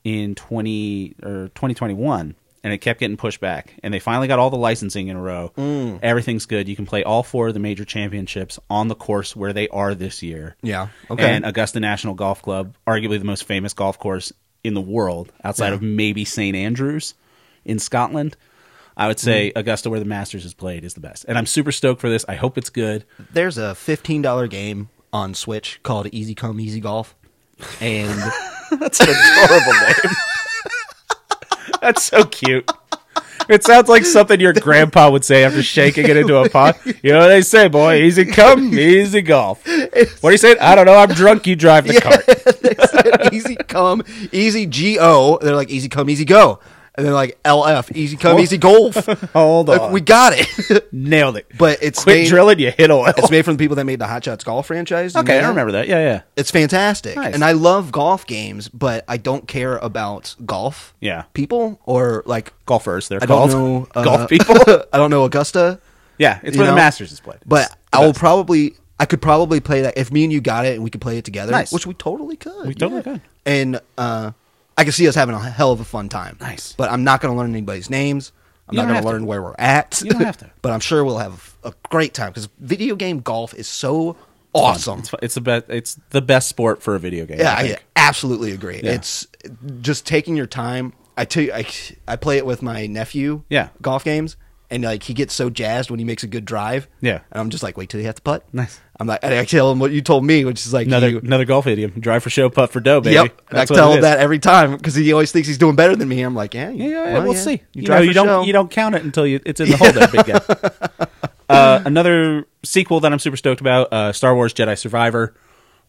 A: in twenty or twenty twenty one, and it kept getting pushed back. And they finally got all the licensing in a row.
B: Mm.
A: Everything's good. You can play all four of the major championships on the course where they are this year.
B: Yeah, okay.
A: And Augusta National Golf Club, arguably the most famous golf course in the world outside of maybe St. Andrews in Scotland. I would say
B: Mm.
A: Augusta, where the Masters is played, is the best. And I'm super stoked for this. I hope it's good.
B: There's a fifteen dollar game on Switch called Easy Come Easy Golf, and
A: That's a horrible name. That's so cute. It sounds like something your grandpa would say after shaking it into a pot. You know what they say, boy? Easy come, easy golf. What do you say? I don't know. I'm drunk. You drive the cart.
B: Easy Come Easy G O. They're like Easy Come Easy Go, and they're like L F Easy Come Easy Golf.
A: Hold
B: Like,
A: on.
B: we got it.
A: Nailed it.
B: But it's
A: quit
B: made-
A: drilling. You hit oil.
B: it's made from the people that made the Hot Shots Golf franchise. You
A: Okay,
B: know
A: I
B: that?
A: remember that. Yeah, yeah.
B: It's fantastic.
A: Nice.
B: And I love golf games, but I don't care about golf
A: Yeah.
B: people or like
A: Golfers, they're
B: I
A: called.
B: don't know uh,
A: Golf people.
B: I don't know Augusta.
A: yeah, it's
B: you
A: where
B: know?
A: the Masters is played.
B: But
A: It's the
B: I will
A: best.
B: probably I could probably play that if me and you got it and we could play it together,
A: Nice.
B: which we totally could.
A: We totally could.
B: And uh I could see us having a hell of a fun time.
A: Nice.
B: But I'm not going to learn anybody's names. I'm
A: You
B: not
A: don't
B: going to
A: have to.
B: learn where we're at.
A: You don't have to.
B: but I'm sure we'll have a great time because video game golf is so awesome.
A: It's, fu- it's the best. It's the best sport for a video game.
B: Yeah,
A: I
B: I,
A: think.
B: absolutely agree. It's just taking your time. I tell you, I, I play it with my nephew.
A: Yeah.
B: golf games, and like he gets so jazzed when he makes a good drive.
A: Yeah.
B: and I'm just like, wait till you have to putt.
A: Nice.
B: I'm like, and I tell him what you told me, which is like
A: another
B: you-
A: another golf idiom: drive for show, putt for dough, baby.
B: Yep, and I
A: That's what
B: tell
A: it
B: him
A: is.
B: that every time because he always thinks he's doing better than me. I'm like, yeah,
A: Yeah, yeah, yeah,
B: well,
A: we'll
B: yeah.
A: see. You,
B: drive
A: know,
B: for
A: you don't
B: show.
A: you don't count it until you it's in the hole. There, big guy. Uh, another sequel that I'm super stoked about: uh, Star Wars Jedi Survivor.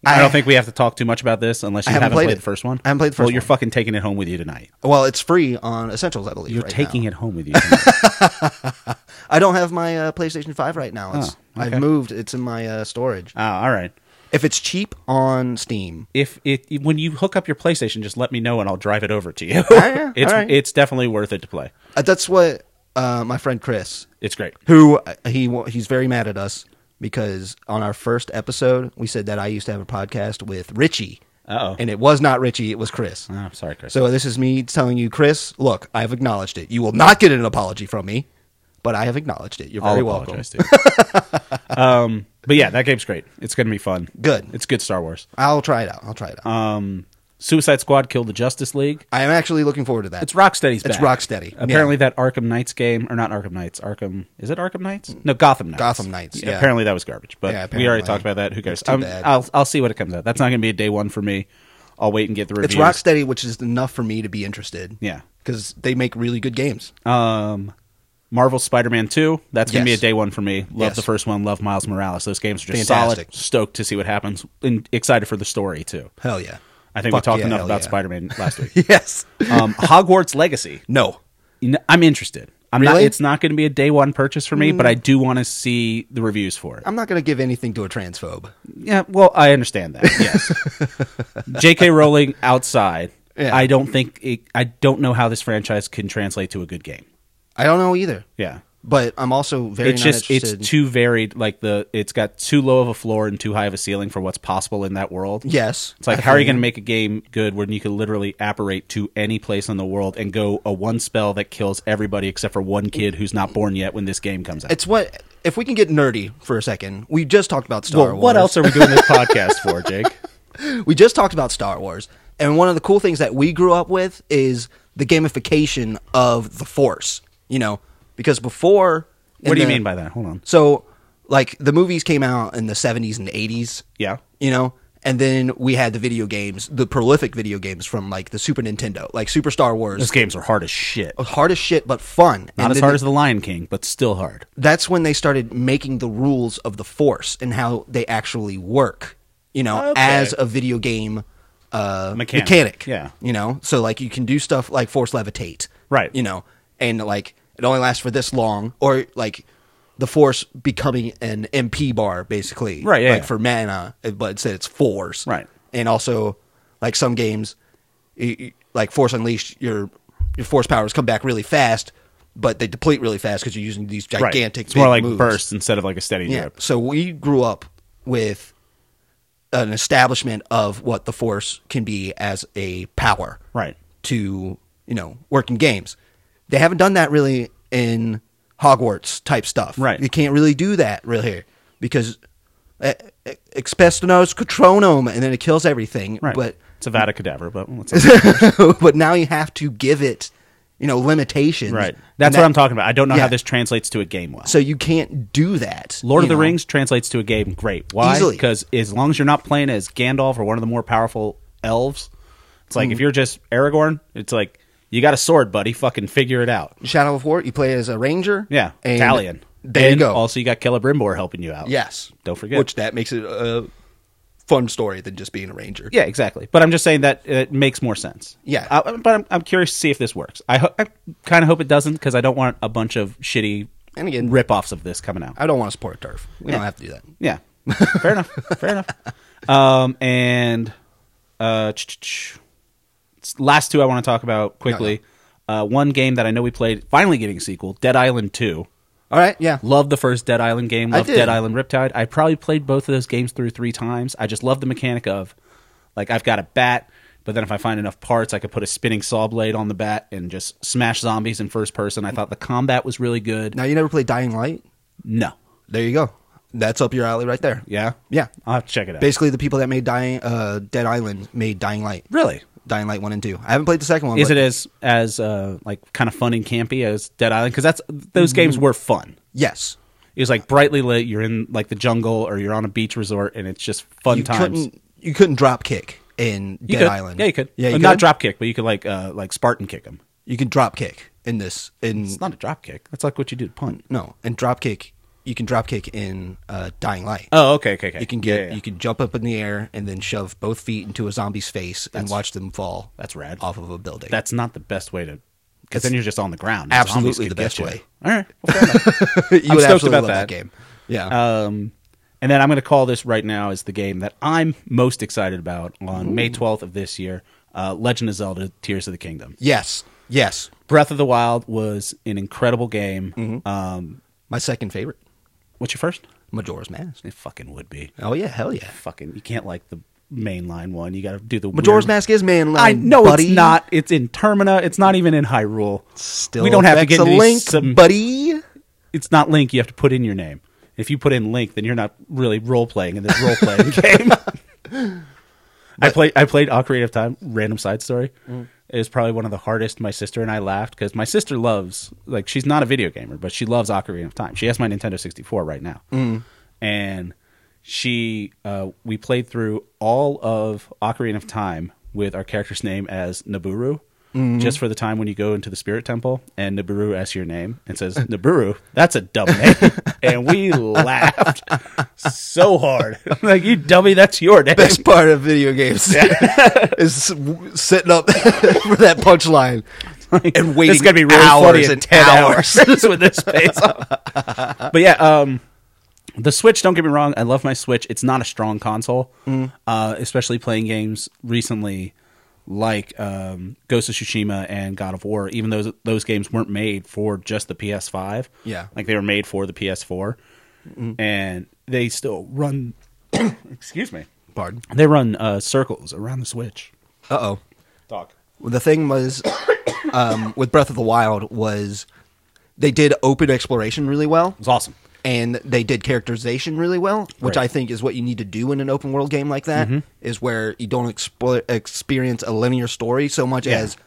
A: I,
B: I-
A: don't think we have to talk too much about this unless you
B: haven't
A: haven't,
B: played
A: played,
B: it.
A: the first one.
B: I haven't played the
A: Well,
B: first
A: you're
B: one.
A: fucking taking it home with you tonight.
B: Well, it's free on Essentials, I believe.
A: You're
B: right
A: taking
B: now.
A: it home with you. tonight.
B: I don't have my uh, PlayStation Five right now. It's,
A: Oh, okay.
B: I've moved. It's in my uh, storage.
A: oh, all right.
B: If it's cheap on Steam,
A: if it when you hook up your PlayStation, just let me know and I'll drive it over to you.
B: yeah.
A: it's
B: All right.
A: it's definitely worth it to play.
B: Uh, that's what uh, my friend Chris,
A: It's great.
B: who uh, he wa- he's very mad at us because on our first episode we said that I used to have a podcast with Richie,
A: Uh-oh.
B: and it was not Richie, it was Chris.
A: Oh, sorry, Chris.
B: So this is me telling you, Chris. Look, I have acknowledged it. You will not get an apology from me, but I have acknowledged it. You're
A: I'll
B: very welcome.
A: apologize to you. um, but yeah, that game's great. It's gonna be fun.
B: Good.
A: It's good Star Wars.
B: I'll try it out. I'll try it out.
A: Um, Suicide Squad killed the Justice League.
B: I am actually looking forward to that.
A: It's Rocksteady's
B: It's
A: back.
B: Rocksteady.
A: Apparently,
B: Yeah.
A: that Arkham Knights game, or not Arkham Knights, Arkham is it Arkham Knights? No, Gotham Knights.
B: Gotham Knights, yeah.
A: Apparently, that was garbage. But
B: Yeah,
A: we already
B: apparently.
A: talked about that. Who cares?
B: It's too
A: Um,
B: bad.
A: I'll I'll see what it comes out. That's not gonna be a day one for me. I'll wait and get the
B: It's
A: reviews.
B: Rocksteady, which is enough for me to be interested.
A: Yeah. Uh,
B: because they make really good games.
A: Um, Marvel Spider Man 2, that's going to
B: Yes.
A: be a day one for me. Love
B: Yes.
A: the first one, love Miles Morales. Those games are just
B: Fantastic.
A: solid. Stoked to see what happens and excited for the story, too.
B: Hell yeah.
A: I think we
B: Fuck
A: talked
B: yeah,
A: enough
B: hell
A: about
B: yeah.
A: Spider Man last week.
B: Yes.
A: um, Hogwarts Legacy.
B: No.
A: You know, I'm interested. I'm not,
B: Really?
A: it's not going to be a day one purchase for me, but I do want to see the reviews for it.
B: I'm not going to give anything to a transphobe.
A: Uh, Yeah, well, I understand that. Yes. J.K. Rowling outside.
B: Yeah.
A: I don't think it, I don't know how this franchise can translate to a good game.
B: I don't know either.
A: Yeah.
B: But I'm also very
A: it's
B: not
A: just
B: interested.
A: it's too varied like the it's got too low of a floor and too high of a ceiling for what's possible in that world.
B: yes.
A: It's like
B: I
A: how are you
B: feel
A: going to make a game good when you can literally apparate to any place in the world and go a one spell that kills everybody except for one kid who's not born yet when this game comes out.
B: It's what if we can get nerdy for a second. We just talked about Star
A: Well,
B: Wars.
A: what else are we doing this podcast for, Jake?
B: We just talked about Star Wars, and one of the cool things that we grew up with is the gamification of the Force. You know, because before, in
A: What do you
B: the-
A: mean by that? Hold on.
B: So, like the movies came out in the seventies and eighties.
A: Yeah.
B: you know, and then we had the video games, the prolific video games from like the Super Nintendo, like Super Star
A: Those
B: Wars.
A: games are hard as shit.
B: Hard as shit, but fun.
A: Not
B: Oh, and
A: as
B: then
A: hard as The Lion King, but still hard.
B: that's when they started making the rules of the force and how they actually work you know
A: Okay.
B: as a video game uh
A: Mechanic.
B: mechanic.
A: Yeah.
B: you know so like you can do stuff like force levitate
A: Right.
B: you know and like it only lasts for this long or like the force becoming an mp bar basically
A: Right, yeah,
B: like
A: yeah.
B: for mana but instead it's force
A: Right.
B: and also like some games y- y- like force unleashed your your force powers come back really fast but they deplete really fast because you're using these
A: Right.
B: gigantic
A: It's more
B: big
A: like
B: moves.
A: bursts instead of like a steady
B: yeah
A: drip.
B: so we grew up with an establishment of what the force can be as a power
A: Right.
B: to you know work in games they haven't done that really in hogwarts type stuff
A: Right.
B: you can't really do that really here because uh, uh, Expestinos Catronum, and then it kills everything.
A: Right.
B: But
A: it's a Vada cadaver, but well, it's okay.
B: but now you have to give it, you know, limitations.
A: right.
B: And
A: That's
B: that-
A: what I'm talking about. I don't know how
B: Yeah.
A: this translates to a game well.
B: So you can't do that.
A: Lord of
B: you
A: the
B: know?
A: Rings translates to a game great. Why?
B: Easily.
A: Because as long as you're not playing as Gandalf or one of the more powerful elves, it's like
B: Hmm.
A: if you're just Aragorn, it's like you got a sword, buddy. Fucking figure it out.
B: Shadow of War, you play as a ranger.
A: Yeah,
B: and
A: Italian.
B: There
A: And
B: you go.
A: Also, you got Celebrimbor helping you out.
B: yes.
A: Don't forget.
B: Which that makes it a fun story than just being a ranger.
A: Yeah, exactly. But I'm just saying that it makes more sense.
B: Yeah.
A: I, but I'm, I'm curious to see if this works. I, ho- I kind of hope it doesn't because I don't want a bunch of shitty
B: And again-
A: rip-offs of this coming out.
B: I don't want to support turf. We
A: Yeah.
B: don't have to do that.
A: Yeah. Fair enough. Fair enough. Um, and uh, ch- ch- ch- s- last two I want to talk about quickly.
B: Oh,
A: Uh, one game that I know we played, finally getting a sequel, Dead Island 2.
B: All right. Yeah.
A: Loved the first Dead Island game.
B: I
A: Loved
B: did.
A: Dead Island Riptide. I probably played both of those games through three times. I just love the mechanic of, like, I've got a bat, but then if I find enough parts, I could put a spinning saw blade on the bat and just smash zombies in first person. I thought the combat was really good.
B: Now you never play Dying Light.
A: No.
B: There you go. That's up your alley right there.
A: Yeah?
B: Yeah.
A: I'll have to check it out.
B: Basically, the people that made Dying uh, Dead Island made Dying Light.
A: really?
B: Dying Light one and two. I haven't played the second one.
A: is
B: but-
A: it as as uh like kind of fun and campy as Dead Island? Because that's
B: Mm-hmm.
A: those games were fun.
B: Yes.
A: It was like brightly lit. You're in like the jungle or you're on a beach resort, and it's just fun
B: you
A: times.
B: couldn't you couldn't drop kick in
A: you
B: Dead
A: could.
B: Island.
A: yeah, you could.
B: Yeah, you
A: Uh, not
B: could?
A: drop kick, but you could like uh like Spartan kick them.
B: You can drop kick in this in
A: It's not a drop kick. That's like what you do to punt.
B: no in drop kick. You can drop kick in uh, Dying Light.
A: Oh, okay, okay, okay.
B: you can
A: Yeah,
B: get
A: yeah, yeah.
B: you can jump up in the air and then shove both feet into a zombie's face and watch them fall.
A: that's rad.
B: Off of a building.
A: That's not the best way to. Because
B: It's
A: then you're just on the ground. and
B: absolutely
A: zombies could
B: the
A: get
B: best
A: you.
B: way.
A: All right. Well, fair enough.
B: you
A: I'm
B: would
A: stoked
B: absolutely
A: about
B: love
A: that.
B: game. Yeah.
A: Um, and then I'm going to call this right now is the game that I'm most excited about on May 12th of this year. Uh, Legend of Zelda: Tears of the Kingdom.
B: yes. Yes.
A: Breath of the Wild was an incredible game.
B: Mm-hmm.
A: Um,
B: My second favorite,
A: what's your first?
B: Majora's Mask.
A: It fucking would be.
B: Oh yeah, hell yeah.
A: Fucking, you can't like the mainline one. You got to do the
B: Majora's
A: weird-
B: Mask is man.
A: I know
B: buddy.
A: it's not. It's in Termina. It's not even in Hyrule.
B: Still,
A: we don't have to
B: affects
A: get into
B: a
A: these
B: link,
A: sub-
B: buddy.
A: it's not Link. You have to put in your name. If you put in Link, then you're not really role playing in this role playing game. I played. I played Ocarina of Time. Random side story. It was probably one of the hardest. My sister and I laughed because my sister loves like she's not a video gamer, but she loves Ocarina of Time. She has my Nintendo 64 right now, and she uh, we played through all of Ocarina of Time with our character's name as Naburu. just for the time when you go into the spirit temple and Nibiru asks your name and says, Nibiru, that's a dumb name. and we laughed so hard. like, you dummy, that's your name.
B: Best part of video games is sitting up for that punchline and waiting
A: It's gonna be really
B: hours
A: funny in
B: and
A: 10
B: hours.
A: hours with this face. up. but yeah, um, the Switch. Don't get me wrong, I love my Switch. It's not a strong console, uh, especially playing games recently like um, Ghost of Tsushima and God of War. Even though those games weren't made for just the PS5,
B: Yeah.
A: like they were made for the PS4, and they still run. excuse me,
B: Pardon.
A: they run uh, circles around the Switch.
B: Uh oh.
A: Talk.
B: Well, the thing was um, with Breath of the Wild was they did open exploration really well.
A: It was awesome.
B: And they did characterization really well, which
A: Right. Mm-hmm.
B: I think is what you need to do in an open world game like that. Is where you don't explore, experience a linear story so much
A: Yeah.
B: as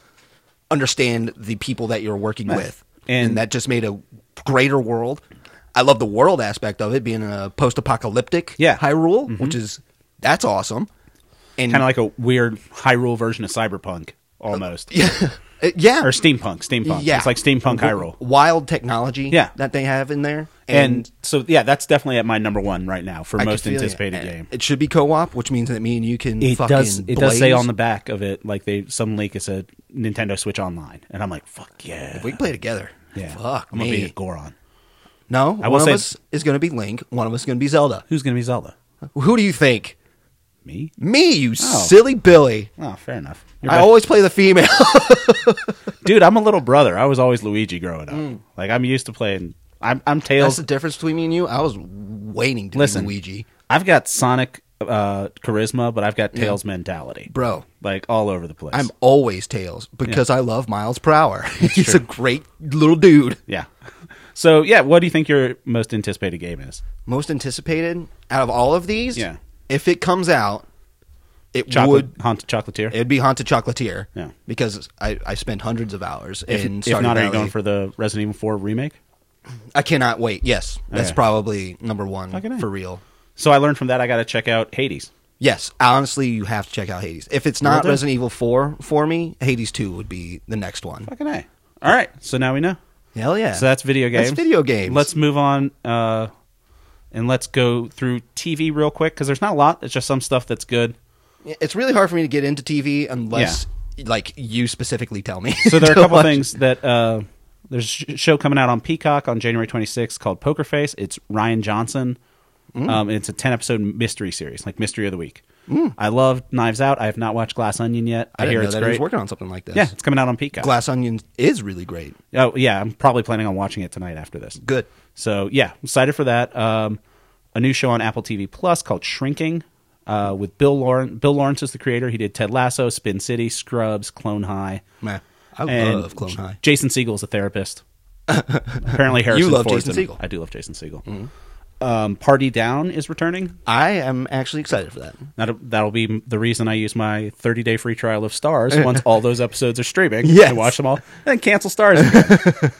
B: understand the people that you're working with,
A: And-
B: and that just made a greater world. I love the world aspect of it being a post apocalyptic
A: Yeah.
B: Hyrule, which is that's awesome. And
A: kind of like a weird Hyrule version of cyberpunk almost,
B: Uh, yeah,
A: or steampunk. Steampunk.
B: Yeah.
A: it's like steampunk Hyrule.
B: wild technology
A: Yeah.
B: that they have in there.
A: And, so, yeah, that's definitely at my number one right now for
B: I can
A: most
B: feel you.
A: anticipated
B: And
A: game.
B: It should be co op, which means that me and you can
A: It
B: fucking
A: does. It does say
B: blaze.
A: on the back of it, like they some leak it said Nintendo Switch Online, and I'm like, fuck yeah,
B: If we play together.
A: yeah.
B: Fuck
A: I'm
B: me.
A: gonna be a Goron.
B: no,
A: I will
B: one of
A: say-
B: us is going to be Link. One of us is going to be Zelda.
A: Who's gonna be Zelda?
B: Who do you think?
A: Me?
B: Me, you silly Billy.
A: Oh, fair enough. You're
B: I
A: right.
B: always play the female.
A: Dude, I'm a little brother. I was always Luigi growing up. Like I'm used to playing. I'm I'm
B: Mm. That's
A: Tails.
B: the difference between me and you. I was waiting to
A: Listen,
B: be Luigi,
A: I've got Sonic uh, charisma, but I've got Tails mentality,
B: bro.
A: Like all over the place.
B: I'm always Tails because I love Miles Prower. He's a great little dude.
A: Yeah. So yeah, what do you think your most anticipated game is?
B: most anticipated out of all of these.
A: Yeah.
B: If it comes out, it
A: Chocolate
B: would
A: Haunted Chocolatier.
B: it'd be Haunted Chocolatier.
A: Yeah.
B: Because I, I spent hundreds of hours
A: if,
B: in
A: if
B: Stardew
A: not, are you
B: Valley.
A: going for the Resident Evil Four remake?
B: I cannot wait. Yes, that's
A: Okay.
B: probably number one
A: Fucking A.
B: for real.
A: So I learned from that I got to check out Hades.
B: Yes, honestly, you have to check out Hades. If it's not
A: do.
B: Resident Evil Four for me, Hades Two would be the next one.
A: Fucking a. All right. So now we know.
B: Hell yeah!
A: So that's video games.
B: That's video games.
A: Let's move on. Uh, and let's go through TV real quick because there's not a lot. It's just some stuff that's good.
B: It's really hard for me to get into TV unless like you specifically tell me.
A: So there are a
B: to
A: couple
B: watch
A: things that uh, there's a sh- show coming out on Peacock on January 26th called Poker Face. It's Ryan Johnson.
B: Mm.
A: Um, and it's a 10 episode mystery series, like Mystery of the Week. I love Knives Out. I have not watched Glass Onion yet. I,
B: Mm. I didn't
A: hear
B: know
A: it's
B: that he
A: great.
B: was working on something like this.
A: yeah, it's coming out on Peacock.
B: Glass Onion is really great.
A: oh, yeah, I'm probably planning on watching it tonight after this.
B: Good.
A: So yeah, excited for that. Um, a new show on Apple TV Plus called Shrinking uh, with Bill Lawrence. Bill Lawrence is the creator. He did Ted Lasso, Spin City, Scrubs, Clone High.
B: Man, I love Clone High.
A: Jason Segel is a therapist. Apparently, Harrison
B: love
A: Ford's
B: Jason Mm-hmm.
A: in it.
B: Segel.
A: I do love Jason Segel. Um, Party Down is returning.
B: I am actually excited for that.
A: That'll, that'll be the reason I use my 30 day free trial of Stars once all those episodes are streaming.
B: Yes.
A: I watch them all and then cancel Stars. again.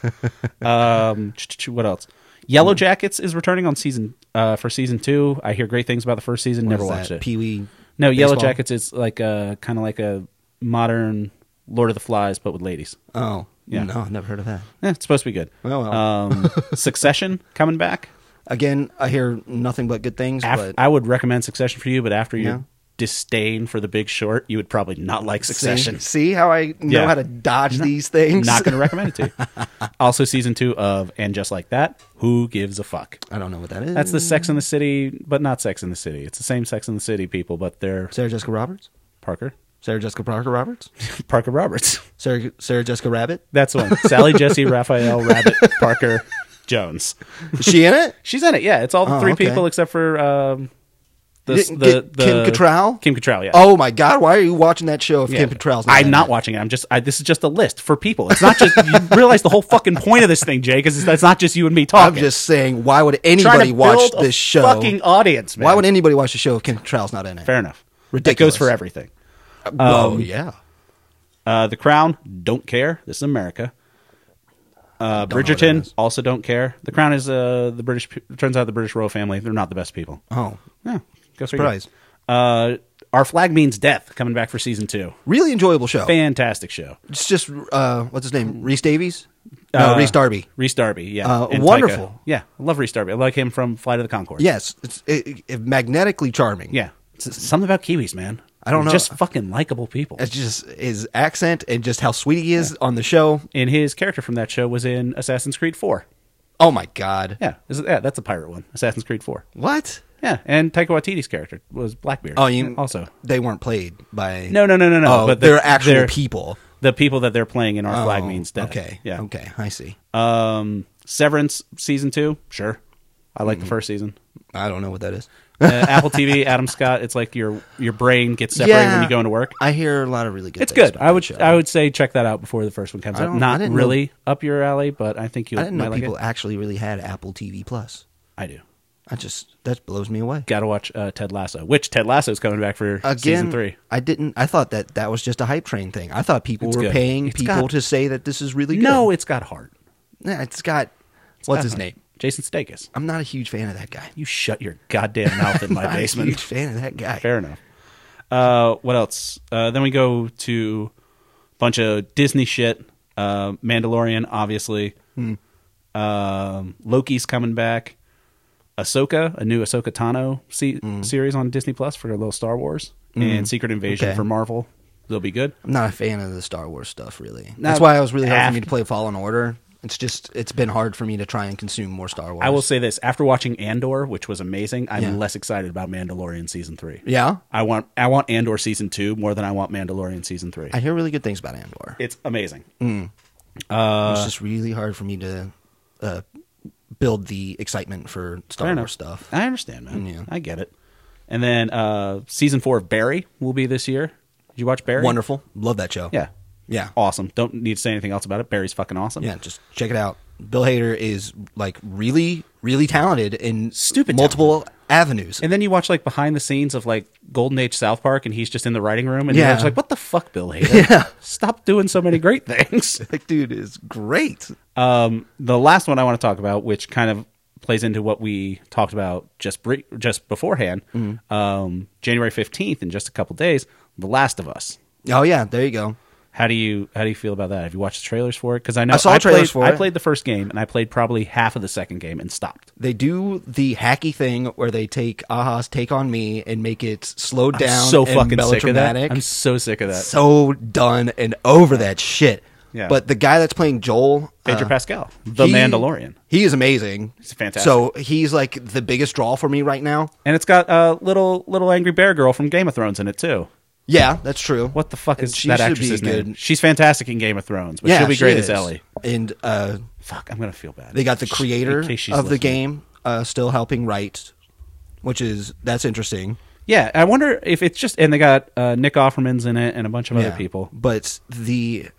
A: um, ch- ch- ch- what else?
B: Mm.
A: Yellow Jackets is returning on season uh, for season two. I hear great things about the first season. Never
B: Is that
A: watched it.
B: Pee Wee.
A: no, Yellow
B: baseball?
A: Jackets is like a kind of like a modern Lord of the Flies, but with ladies.
B: Oh,
A: Yeah.
B: No, I've never heard of that.
A: Eh, it's supposed to be good.
B: Oh, Well, well.
A: Um, Succession coming back.
B: Again, I hear nothing but good things.
A: Af-
B: but
A: I would recommend Succession for you, but after your
B: Yeah.
A: disdain for The Big Short, you would probably not like Succession.
B: see, see how I know
A: Yeah.
B: how to dodge these things.
A: Not going to recommend it to you. also, season two of And Just Like That, Who Gives a Fuck?
B: I don't know what that is.
A: That's the Sex in the City, but not Sex in the City. It's the same Sex in the City people, but they're
B: Sarah Jessica Roberts.
A: Parker,
B: Sarah Jessica Parker Roberts.
A: Parker Roberts.
B: Sarah, Sarah Jessica Rabbit.
A: That's the one. Sally, Jesse, Raphael, Rabbit, Parker, Jones.
B: Is she in it?
A: She's in it. Yeah, it's all the
B: Oh,
A: three
B: okay.
A: people except for um, the,
B: Ki-
A: the,
B: Ki- Kim
A: the-
B: Cattrall?
A: Kim Cattrall. Yeah.
B: Oh my God! Why are you watching that show if
A: Yeah.
B: Kim Cattrall's not?
A: I'm
B: in
A: not
B: it?
A: watching it. I'm just. I, this is just a list for people. It's not just. you realize the whole fucking point of this thing, Jay, because that's not just you and me
B: I'm
A: talking.
B: just saying. Why would
A: Trying
B: anybody
A: to
B: watch
A: build a
B: this show?
A: Fucking audience, man.
B: why would anybody watch the show if Kim Cattrall's not in it?
A: Fair Um, enough.
B: Ridiculous.
A: That goes for everything.
B: Oh yeah.
A: Uh, the Crown don't care. This is America. Uh,
B: know what that
A: Bridgerton
B: is.
A: also don't care. The Crown is uh, the British. pe- Turns out the British royal family. They're not the best people.
B: Oh,
A: Yeah, go figure.
B: Surprise.
A: Uh, Our flag means death. Coming back for season two.
B: Really enjoyable show.
A: Fantastic show.
B: It's just uh, what's his name, Reese Davies, no,
A: Uh,
B: Reese Darby.
A: Reese Darby. Yeah,
B: Uh,
A: And
B: wonderful.
A: Taika. Yeah, I love Reese Darby. I like him from Flight of the Concord.
B: Yes, it's it, it, magnetically charming.
A: yeah. S- something about Kiwis, man.
B: I don't know.
A: Just fucking likable people.
B: it's just his accent and just how sweet he is on the show.
A: and his character from that show was in Assassin's Creed Four.
B: Oh my god,
A: Yeah, Is it- yeah, that's a pirate one. Assassin's Creed Four.
B: what?
A: Yeah, and Taika Waititi's character was Blackbeard.
B: Oh, you
A: also
B: they weren't played by
A: no, no, no, no, no.
B: Oh,
A: but the-
B: they're actual
A: they're-
B: people.
A: The people that they're playing in our flag
B: Oh,
A: means death.
B: Okay,
A: Yeah.
B: okay, I see.
A: Um, Severance season two. Sure, I
B: Mm-hmm.
A: like the first season.
B: I don't know what that is.
A: Uh, Apple TV, Adam Scott. It's like your your brain gets separated when you go into work.
B: I hear a lot of really good.
A: It's
B: things
A: good.
B: about
A: I would
B: that show.
A: I would say check that out before the first one comes
B: I
A: out.
B: don't- I
A: Not
B: didn't know-
A: really up your alley, but I think you
B: I didn't
A: might
B: know
A: like
B: people
A: it.
B: actually really had Apple TV Plus.
A: I do.
B: I just that blows me away.
A: Got to watch uh, Ted Lasso, which Ted Lasso is coming back for
B: Again,
A: season three.
B: I didn't. I thought that that was just a hype train thing. I thought people
A: It's
B: were
A: good.
B: paying
A: It's
B: people
A: got-
B: to say that this is really good.
A: No, it's got heart.
B: Yeah, it's got what's his
A: Uh-huh.
B: name.
A: Jason Stakis.
B: I'm not a huge fan of that guy.
A: You shut your goddamn mouth in my
B: Not a
A: basement.
B: huge fan of that guy.
A: Fair enough. Uh, what else? Uh, then we go to a bunch of Disney shit. Uh, Mandalorian, obviously.
B: Hmm.
A: Um, Loki's coming back. Ahsoka, a new Ahsoka Tano se-
B: Hmm.
A: series on Disney Plus for a little Star Wars, and Secret Invasion
B: Okay.
A: for Marvel. They'll be good.
B: I'm not a fan of the Star Wars stuff. Really,
A: Now-
B: that's why I was really hoping
A: Af-
B: for me to play Fallen Order. It's just it's been hard for me to try and consume more Star Wars.
A: I will say this: after watching Andor, which was amazing, I'm
B: Yeah.
A: less excited about Mandalorian season three.
B: Yeah,
A: I want I want Andor season two more than I want Mandalorian season three.
B: I hear really good things about Andor.
A: it's amazing.
B: it's just really hard for me to uh, build the excitement for Star
A: Fair
B: Wars
A: enough.
B: stuff.
A: I understand, man.
B: Yeah.
A: I get it. And then uh, season four of Barry will be this year. Did you watch Barry?
B: Wonderful, love that show.
A: Yeah.
B: yeah,
A: Awesome. Don't need to say anything else about it. Barry's fucking awesome.
B: yeah. Just check it out. Bill Hader is like really, really talented in
A: Stupid
B: multiple avenues.
A: And then you watch like behind the scenes of like Golden Age South Park, and he's just in the writing room, and
B: Yeah.
A: you're just like, "What the fuck, Bill Hader? Yeah. Stop doing so many great things."
B: like, dude is great.
A: Um, the last one I want to talk about, which kind of plays into what we talked about just bre- just beforehand,
B: Mm-hmm.
A: um, January fifteenth, in just a couple days, The Last of Us.
B: Oh yeah, there you go.
A: How do you how do you feel about that? Have you watched the trailers for it? Because I know
B: I saw
A: played,
B: trailers for
A: I
B: it.
A: played the first game and I played probably half of the second game and stopped.
B: They do the hacky thing where they take Aha's "Take on Me" and make it slowed down,
A: so
B: and
A: fucking sick of that.
B: melodramatic.
A: I'm so sick of that.
B: so done and over that shit.
A: Yeah.
B: But the guy that's playing Joel,
A: Pedro
B: uh,
A: Pascal, The
B: he-
A: Mandalorian,
B: he is amazing. He's
A: fantastic.
B: So he's like the biggest draw for me right now.
A: and it's got a uh, little little angry bear girl from Game of Thrones in it too.
B: Yeah, that's true.
A: What the fuck
B: And
A: is
B: she
A: that
B: should be
A: actress's name?
B: good.
A: She's fantastic in Game of Thrones, but
B: Yeah,
A: she'll be
B: she
A: great
B: is.
A: as Ellie.
B: And uh,
A: Fuck, I'm gonna feel bad.
B: they got the
A: Sh- in
B: creator of
A: case she's
B: the
A: listening.
B: game uh, still helping write, which is that's interesting.
A: Yeah, I wonder if it's just and they got uh, Nick Offerman's in it and a bunch of
B: Yeah.
A: other people.
B: But the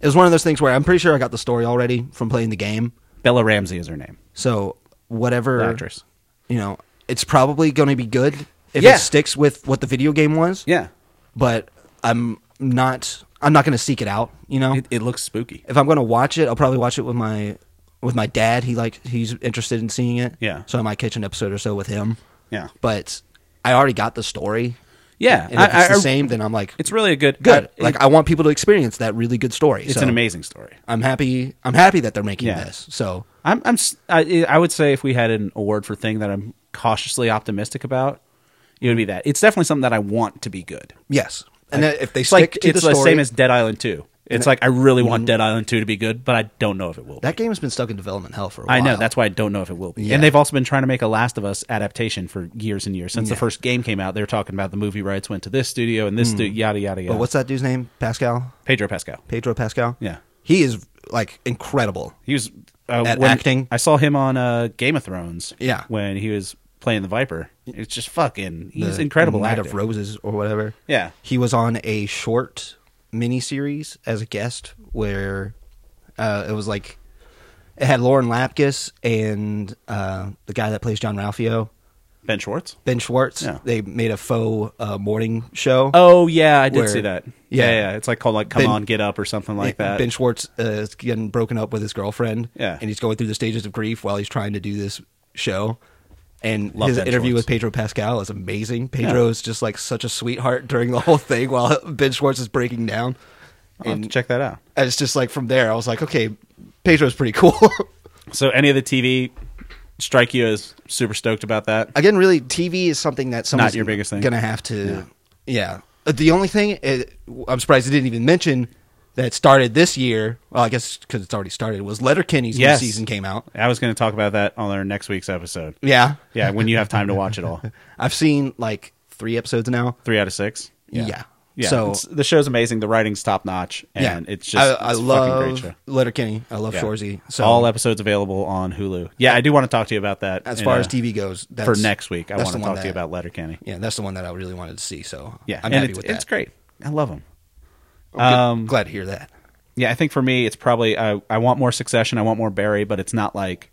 B: it was one of those things where I'm pretty sure I got the story already from playing the game.
A: Bella Ramsey is her name,
B: So whatever
A: the actress.
B: you know, it's probably going to be good if
A: Yeah.
B: it sticks with what the video game was.
A: Yeah,
B: But I'm not. I'm not going to seek it out. You know,
A: it, it looks spooky.
B: if I'm going to watch it, I'll probably watch it with my with my dad. He like he's interested in seeing it.
A: Yeah.
B: So I might catch an episode or so with him.
A: Yeah.
B: But I already got the story.
A: Yeah,
B: And if
A: I-
B: it's the
A: I-
B: same, then I'm like,
A: It's really a good.
B: good.
A: uh,
B: like
A: it-
B: I want people to experience that really good story.
A: it's
B: so
A: an amazing story.
B: I'm happy. I'm happy that they're making
A: Yeah.
B: this. So
A: I'm, I'm, s- I, I would say if we had an award for thing that I'm cautiously optimistic about, it would be that. It's definitely something that I want to be good.
B: yes. And then if they
A: It's
B: stick
A: like
B: to
A: it's
B: the
A: the
B: story, Mm-hmm.
A: same as Dead Island Two. It's like I really want Dead Island Two to be good, but I don't know if it will. be.
B: that game has been stuck in development hell for a while.
A: I know that's why I don't know if it will be.
B: Yeah.
A: And they've also been trying to make a Last of Us adaptation for years and years since the first game came out. They were talking about the movie rights went to this studio and this stu- yada yada yada.
B: Mm. But what's that dude's name? Pascal.
A: Pedro Pascal?
B: Pedro Pascal.
A: Yeah.
B: he is like incredible.
A: He was uh,
B: At
A: when-
B: acting?
A: I saw him on uh, Game of Thrones.
B: Yeah.
A: when he was playing the Viper, it's just fucking. He's incredible.
B: Night
A: actor.
B: of Roses or whatever.
A: Yeah.
B: he was on a short miniseries as a guest where uh, it was like it had Lauren Lapkus and uh, the guy that plays John Ralphio,
A: ben Schwartz.
B: Ben Schwartz.
A: Yeah.
B: They made a faux uh, morning show.
A: Oh yeah, I did
B: Where-
A: see that.
B: yeah.
A: Yeah. yeah, It's like called like Come
B: Ben-
A: on, Get Up or something like that.
B: Ben Schwartz uh, is getting broken up with his girlfriend.
A: Yeah.
B: And he's going through the stages of grief while he's trying to do this show. And
A: Love
B: his
A: Ben
B: interview
A: Schwartz.
B: with Pedro Pascal is amazing. Pedro is just like such a sweetheart during the whole thing while Ben Schwartz is breaking down.
A: I'll have to check that out.
B: And it's just like from there, I was like, okay, Pedro's pretty cool.
A: So, any of the TV strike you as super stoked about that?
B: Again, really, TV is something that someone's
A: your biggest thing.
B: Gonna have to, yeah. Uh, The only thing uh I'm surprised I didn't even mention that started this year. Well, I guess because it's already started was Letterkenny's
A: Yes.
B: new season came out.
A: I was going to talk about that on our next week's episode.
B: Yeah,
A: Yeah, when you have time to watch it all.
B: I've seen like three episodes now.
A: Three out of six.
B: Yeah,
A: Yeah,
B: So
A: it's- the show's amazing. The writing's top notch,
B: yeah,
A: and it's just
B: I, I
A: it's a
B: love
A: fucking great show.
B: Letterkenny. I love
A: Yeah.
B: Shorzy. So
A: all episodes available on Hulu. Yeah, I do want to talk to you about that
B: as
A: in
B: far
A: a-
B: as TV goes, that's,
A: for next week. I
B: that's
A: want to
B: the
A: talk
B: one
A: to you
B: that-
A: about Letterkenny.
B: Yeah, that's the one that I really wanted to see. So
A: Yeah,
B: I'm
A: and
B: happy
A: it's,
B: with that.
A: It's um, great. I love them.
B: I'm good- glad to hear that.
A: Yeah, I think for me, it's probably I, I want more Succession. I want more Barry, but it's not like.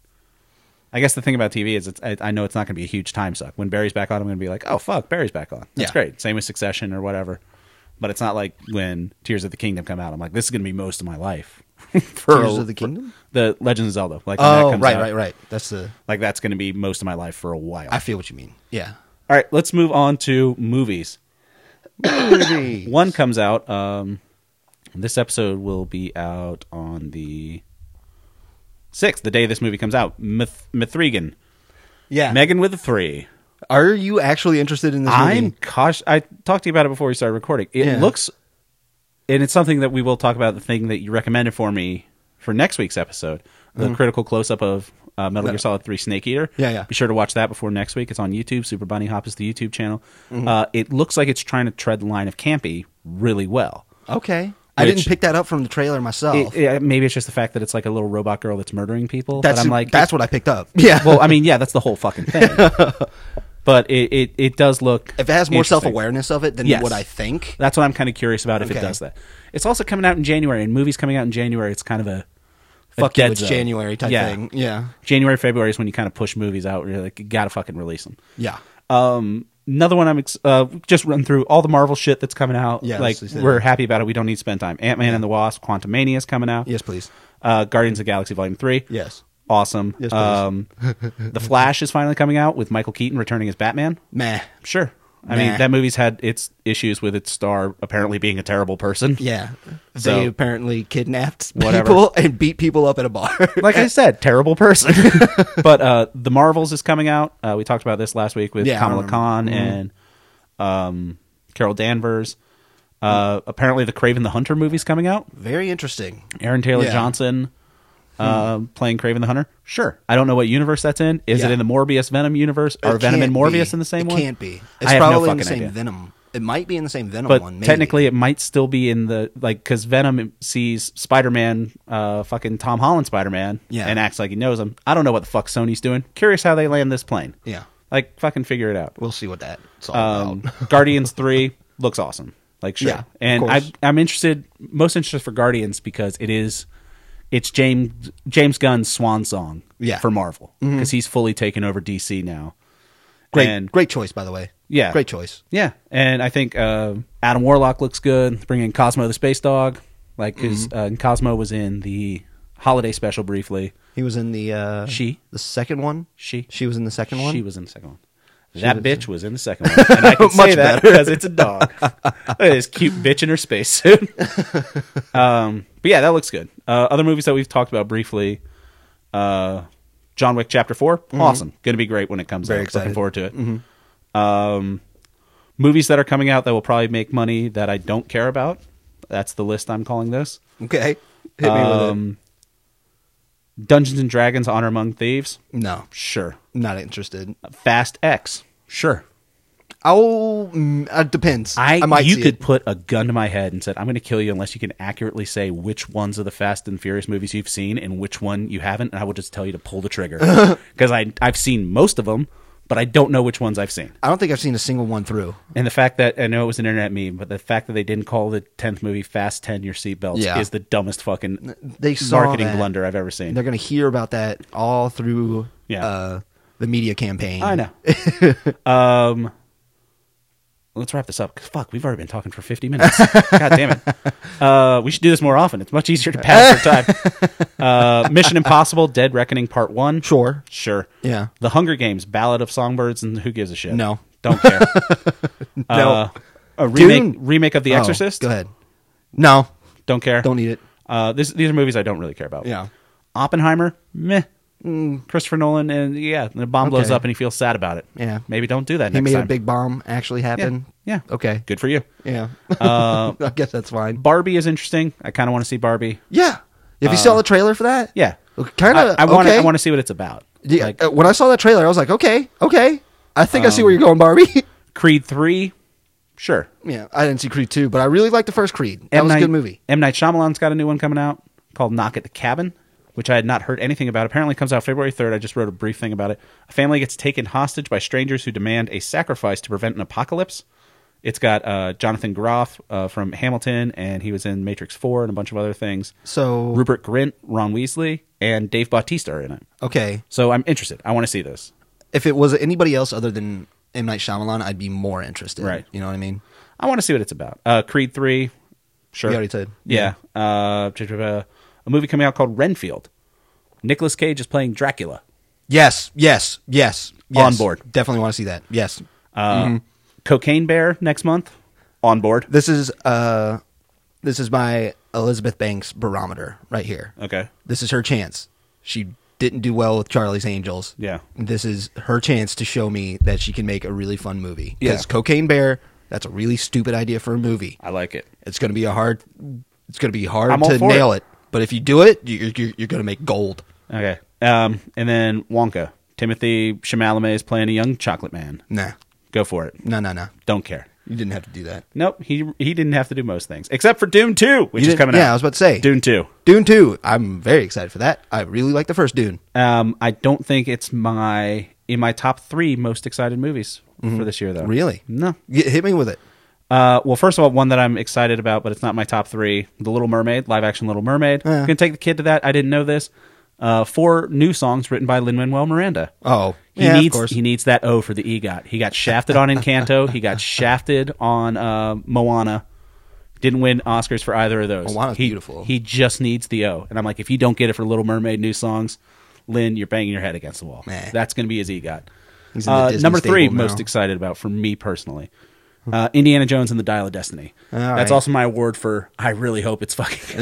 A: I guess the thing about TV is it's, I, I know it's not going to be a huge time suck. When Barry's back on, I'm going to be like, oh fuck, Barry's back on. That's
B: Yeah.
A: great. Same with Succession or whatever. But it's not like when Tears of the Kingdom come out, I'm like, this is going to be most of my life. for
B: Tears of the Kingdom?
A: the Legend of Zelda. Like when that
B: Oh,
A: comes
B: right,
A: out,
B: right, right. That's the.
A: Like that's going to be most of my life for a while.
B: I feel what you mean. Yeah.
A: All right, let's move on to movies.
B: Movie.
A: One comes out. Um, this episode will be out on the sixth, the day this movie comes out. Mith- Mithrigan,
B: yeah.
A: Megan with a three.
B: Are you actually interested in this movie?
A: I'm cautious. I talked to you about it before we started recording. It
B: Yeah.
A: looks, and it's something that we will talk about. The thing that you recommended for me for next week's episode, the critical close up of uh, Metal Gear Solid Three Snake Eater.
B: Mm-hmm. Yeah, yeah.
A: Be sure to watch that before next week. It's on YouTube. Super Bunny Hop is the YouTube channel.
B: Mm-hmm.
A: Uh, it looks like it's trying to tread the line of campy really well.
B: Okay. I
A: Which-
B: didn't pick that up from the trailer myself.
A: It- it- maybe it's just the fact that it's like a little robot girl that's murdering people.
B: that's
A: but I'm like,
B: that's what I picked up. Yeah.
A: well, I mean, yeah, that's the whole fucking thing. but it, it, it does look.
B: if it has more
A: interesting.
B: self awareness of it than
A: Yes.
B: what I think,
A: That's what I'm kind of curious about if it
B: Okay.
A: does that. It's also coming out in January, and movies coming out in January, it's kind of a. a
B: fuck you,
A: dead
B: it's
A: zone.
B: January type
A: Yeah.
B: thing. Yeah.
A: January, February is when you kind of push movies out. Where you're like, you gotta fucking release them.
B: Yeah.
A: Um, another one I'm ex- uh, just run through all the Marvel shit that's coming out.
B: Yeah,
A: like
B: let's do that.
A: we're happy about it. We don't need to spend time. Ant Man and the Wasp, Quantum Mania is coming out.
B: Yes, please.
A: Uh, Guardians of the Galaxy Volume Three.
B: Yes.
A: Awesome.
B: Yes, please.
A: um, the Flash is finally coming out with Michael Keaton returning as Batman.
B: Meh.
A: Sure. I
B: Nah.
A: mean, that movie's had its issues with its star apparently being a terrible person.
B: Yeah.
A: So-
B: they apparently kidnapped
A: Whatever.
B: people and beat people up at a bar.
A: Like I said, terrible person. but uh, the Marvels is coming out. Uh, we talked about this last week with
B: Yeah, I
A: Kamala
B: remember.
A: Khan
B: Mm-hmm.
A: and um, Carol Danvers. Uh, apparently, the Craven the Hunter movie's coming out.
B: Very interesting.
A: Aaron Taylor
B: Yeah. Hmm.
A: Johnson uh, playing Craven the Hunter. Sure. I don't know what universe that's in. Is it
B: Yeah.
A: in the Morbius Venom universe? Are
B: It
A: Venom and
B: can't
A: Morbius
B: be.
A: in the same
B: it
A: one?
B: Can't be.
A: I
B: It's
A: have no
B: probably in the
A: fucking
B: same
A: idea.
B: Venom. It might be in the same Venom
A: but
B: one. Maybe.
A: technically it might still be in the like because venom sees spider-man uh fucking tom holland spider-man
B: Yeah.
A: and acts like he knows him i don't know what the fuck sony's doing curious how they land this plane
B: yeah.
A: like fucking figure it out
B: We'll see what that's all
A: um
B: about.
A: guardians 3 looks awesome like sure
B: Yeah, of
A: and I,
B: course.
A: i'm interested most interested for guardians because it is it's james james gunn's swan song
B: Yeah. Mm-hmm.
A: for marvel because he's fully taken over dc now
B: Great,
A: And-
B: great choice, by the way.
A: Yeah.
B: great choice.
A: Yeah, and I think uh, Adam Warlock looks good. Bring in Cosmo the Space Dog, like because uh, Cosmo was in the holiday special briefly.
B: He was in the uh,
A: She.
B: the second one.
A: She.
B: she was in the second one.
A: She was in the second one. that bitch was in the second one, and I can say
B: Much
A: that because it's a dog. Look at this cute bitch in her spacesuit. um, but yeah, that looks good. Uh, other movies that we've talked about briefly, uh, John Wick Chapter 4 awesome, going to be great when it comes
B: Mm-hmm. Very
A: out. Looking
B: excited. Mm-hmm.
A: forward to it. Um, movies that are coming out that will probably make money that I don't care about. That's the list I'm calling this.
B: okay. Hit me with
A: Um, Dungeons and Dragons: Honor Among Thieves,
B: it. No,
A: sure.
B: not interested.
A: Uh, Fast X, sure.
B: Oh, mm, uh, depends.
A: I,
B: might.
A: you
B: see
A: could
B: It.
A: put a gun to my head and said, "I'm going to kill you unless you can accurately say which ones of the Fast and Furious movies you've seen and which one you haven't," and I will just tell you to pull the trigger because I I've seen most of them, but I don't know which ones I've seen.
B: I don't think I've seen a single one through.
A: And the fact that I know it was an internet meme, but the fact that they didn't call the tenth movie "Fast Ten Your Seatbelts"
B: Yeah.
A: is the dumbest fucking
B: They saw
A: marketing
B: that.
A: blunder I've ever seen.
B: They're going to hear about that all through
A: Yeah.
B: uh, the media campaign.
A: I know. um, let's wrap this up. 'cause fuck, we've already been talking for 50 minutes. God damn it. Uh, we should do this more often. It's much easier to pass for time. Uh, Mission Impossible, Dead Reckoning Part 1.
B: Sure.
A: Sure.
B: Yeah.
A: The Hunger Games, Ballad of Songbirds, and Who Gives a Shit?
B: No.
A: Don't care.
B: No.
A: Uh, a remake,
B: Dune.
A: remake of The
B: Oh,
A: Exorcist?
B: Go ahead. No,
A: Don't care.
B: don't need it.
A: Uh, this, these are movies I don't really care about.
B: Yeah. Mm.
A: Oppenheimer, meh. Christopher Nolan, and yeah, the bomb blows
B: Okay.
A: up and he feels sad about it.
B: Yeah.
A: Maybe don't do that
B: He
A: next
B: made
A: time.
B: a big bomb actually happen.
A: yeah.
B: Okay.
A: Good Uh, for you.
B: Yeah. I guess that's fine.
A: Barbie is interesting. I kind of want to see Barbie.
B: Yeah. If you saw the trailer for that,
A: Uh, Yeah.
B: Kind of.
A: I want to.
B: okay.
A: I want to see what it's about.
B: Yeah,
A: Like Um,
B: uh, when I saw that trailer, I was like, okay, okay. I think I see where you're going, Barbie.
A: Creed three, sure.
B: yeah, I didn't see Creed 2, but I really liked the first Creed. That was a
A: Night-
B: good movie.
A: M Night Shyamalan's got a new one coming out called Knock at the Cabin, which I had not heard anything about. Apparently, it comes out February third. I just wrote a brief thing about it. A family gets taken hostage by strangers who demand a sacrifice to prevent an apocalypse. It's got uh, Jonathan Groff uh, from Hamilton, and he was in Matrix Four and a bunch of other things.
B: So,
A: Rupert Grint, Ron Weasley, and Dave Bautista are in it.
B: okay.
A: So I'm interested. I want to see this.
B: If it was anybody else other than M. Night Shyamalan, I'd be more interested.
A: Right.
B: You know what I mean?
A: I want to see what it's about. Uh, Creed three, sure.
B: You already said.
A: Yeah. Uh, j- j- uh, a movie coming out called Renfield. Nicolas Cage is playing Dracula.
B: Yes, yes, yes. yes.
A: On board.
B: Definitely want to see that. Yes.
A: Uh, Cocaine Bear next month. On board.
B: This is uh this is my Elizabeth Banks barometer right here.
A: Okay.
B: This is her chance. She didn't do well with Charlie's Angels.
A: Yeah.
B: This is her chance to show me that she can make a really fun movie.
A: Yeah.
B: Because Cocaine Bear, that's a really stupid idea for a movie.
A: I like it.
B: It's going to be a hard, it's going to be hard
A: I'm all
B: to
A: for
B: nail it. But if you do it, you're, you're, you're going to make gold.
A: Okay. Um, and then Wonka. Timothy Chalamet is playing a young chocolate man.
B: Nah,
A: Go for it.
B: no, no, no.
A: Don't care.
B: You didn't have to do that.
A: Nope. He he didn't have to do most things except for Dune Two, which is
B: You didn't-
A: coming out.
B: yeah, I was about to say.
A: Dune Two.
B: Dune 2, I'm very excited for that. I really like the first Dune.
A: Um, I don't think it's my in my top three most excited movies for this year though.
B: Mm-hmm. Really?
A: No.
B: Y- hit me with it.
A: Uh, well, first of all, one that I'm excited about, but it's not my top three: The Little Mermaid, live action Little Mermaid.
B: Yeah.
A: Gonna take the kid to that. I didn't know this. Uh, four new songs written by Lin Manuel Miranda.
B: Oh,
A: He
B: yeah,
A: needs
B: of course.
A: he needs that O for the EGOT. He got shafted on Encanto. He got shafted on uh, Moana. Didn't win Oscars for either of those.
B: Moana's
A: he,
B: beautiful.
A: He just needs the O. And I'm like, if you don't get it for Little Mermaid new songs, Lin, you're banging your head against the wall.
B: Meh.
A: That's going to be his EGOT.
B: He's in the
A: Uh,
B: Disney
A: number three,
B: stable now.
A: most excited about for me personally, uh, Indiana Jones and the Dial of Destiny.
B: All
A: That's
B: right.
A: also my award for. I really hope it's fucking.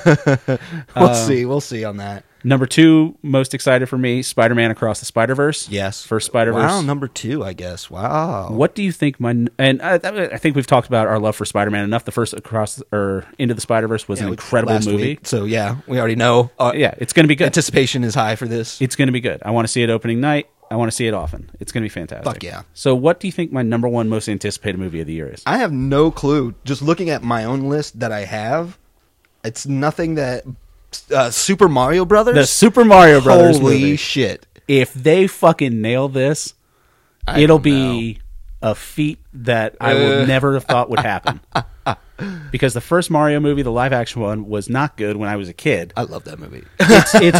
B: we'll see. We'll see on that.
A: Number two, most excited for me, Spider Man Across the Spider Verse.
B: Yes.
A: First Spider Verse.
B: Wow, number two, I guess. Wow.
A: What do you think? My n- and I, I think we've talked about our love for Spider Man enough. The first Across or Into the Spider Verse was
B: Yeah,
A: an
B: we-
A: incredible
B: last
A: movie.
B: week. So, yeah, we already know. Uh,
A: Yeah, it's going to be good.
B: Anticipation is high for this.
A: it's going to be good. I want to see it opening night. I want to see it often. It's going to be fantastic.
B: Fuck yeah.
A: So, what do you think my number one most anticipated movie of the year is?
B: I have no clue. Just looking at my own list that I have, it's nothing that uh, Super Mario Brothers.
A: the Super Mario Brothers
B: Holy
A: movie.
B: shit!
A: if they fucking nail this,
B: I
A: it'll
B: don't Uh.
A: be a feat that I would never have thought would happen. because the first Mario movie, the live action one, was not good when I was a kid.
B: I love that movie.
A: It's, it's,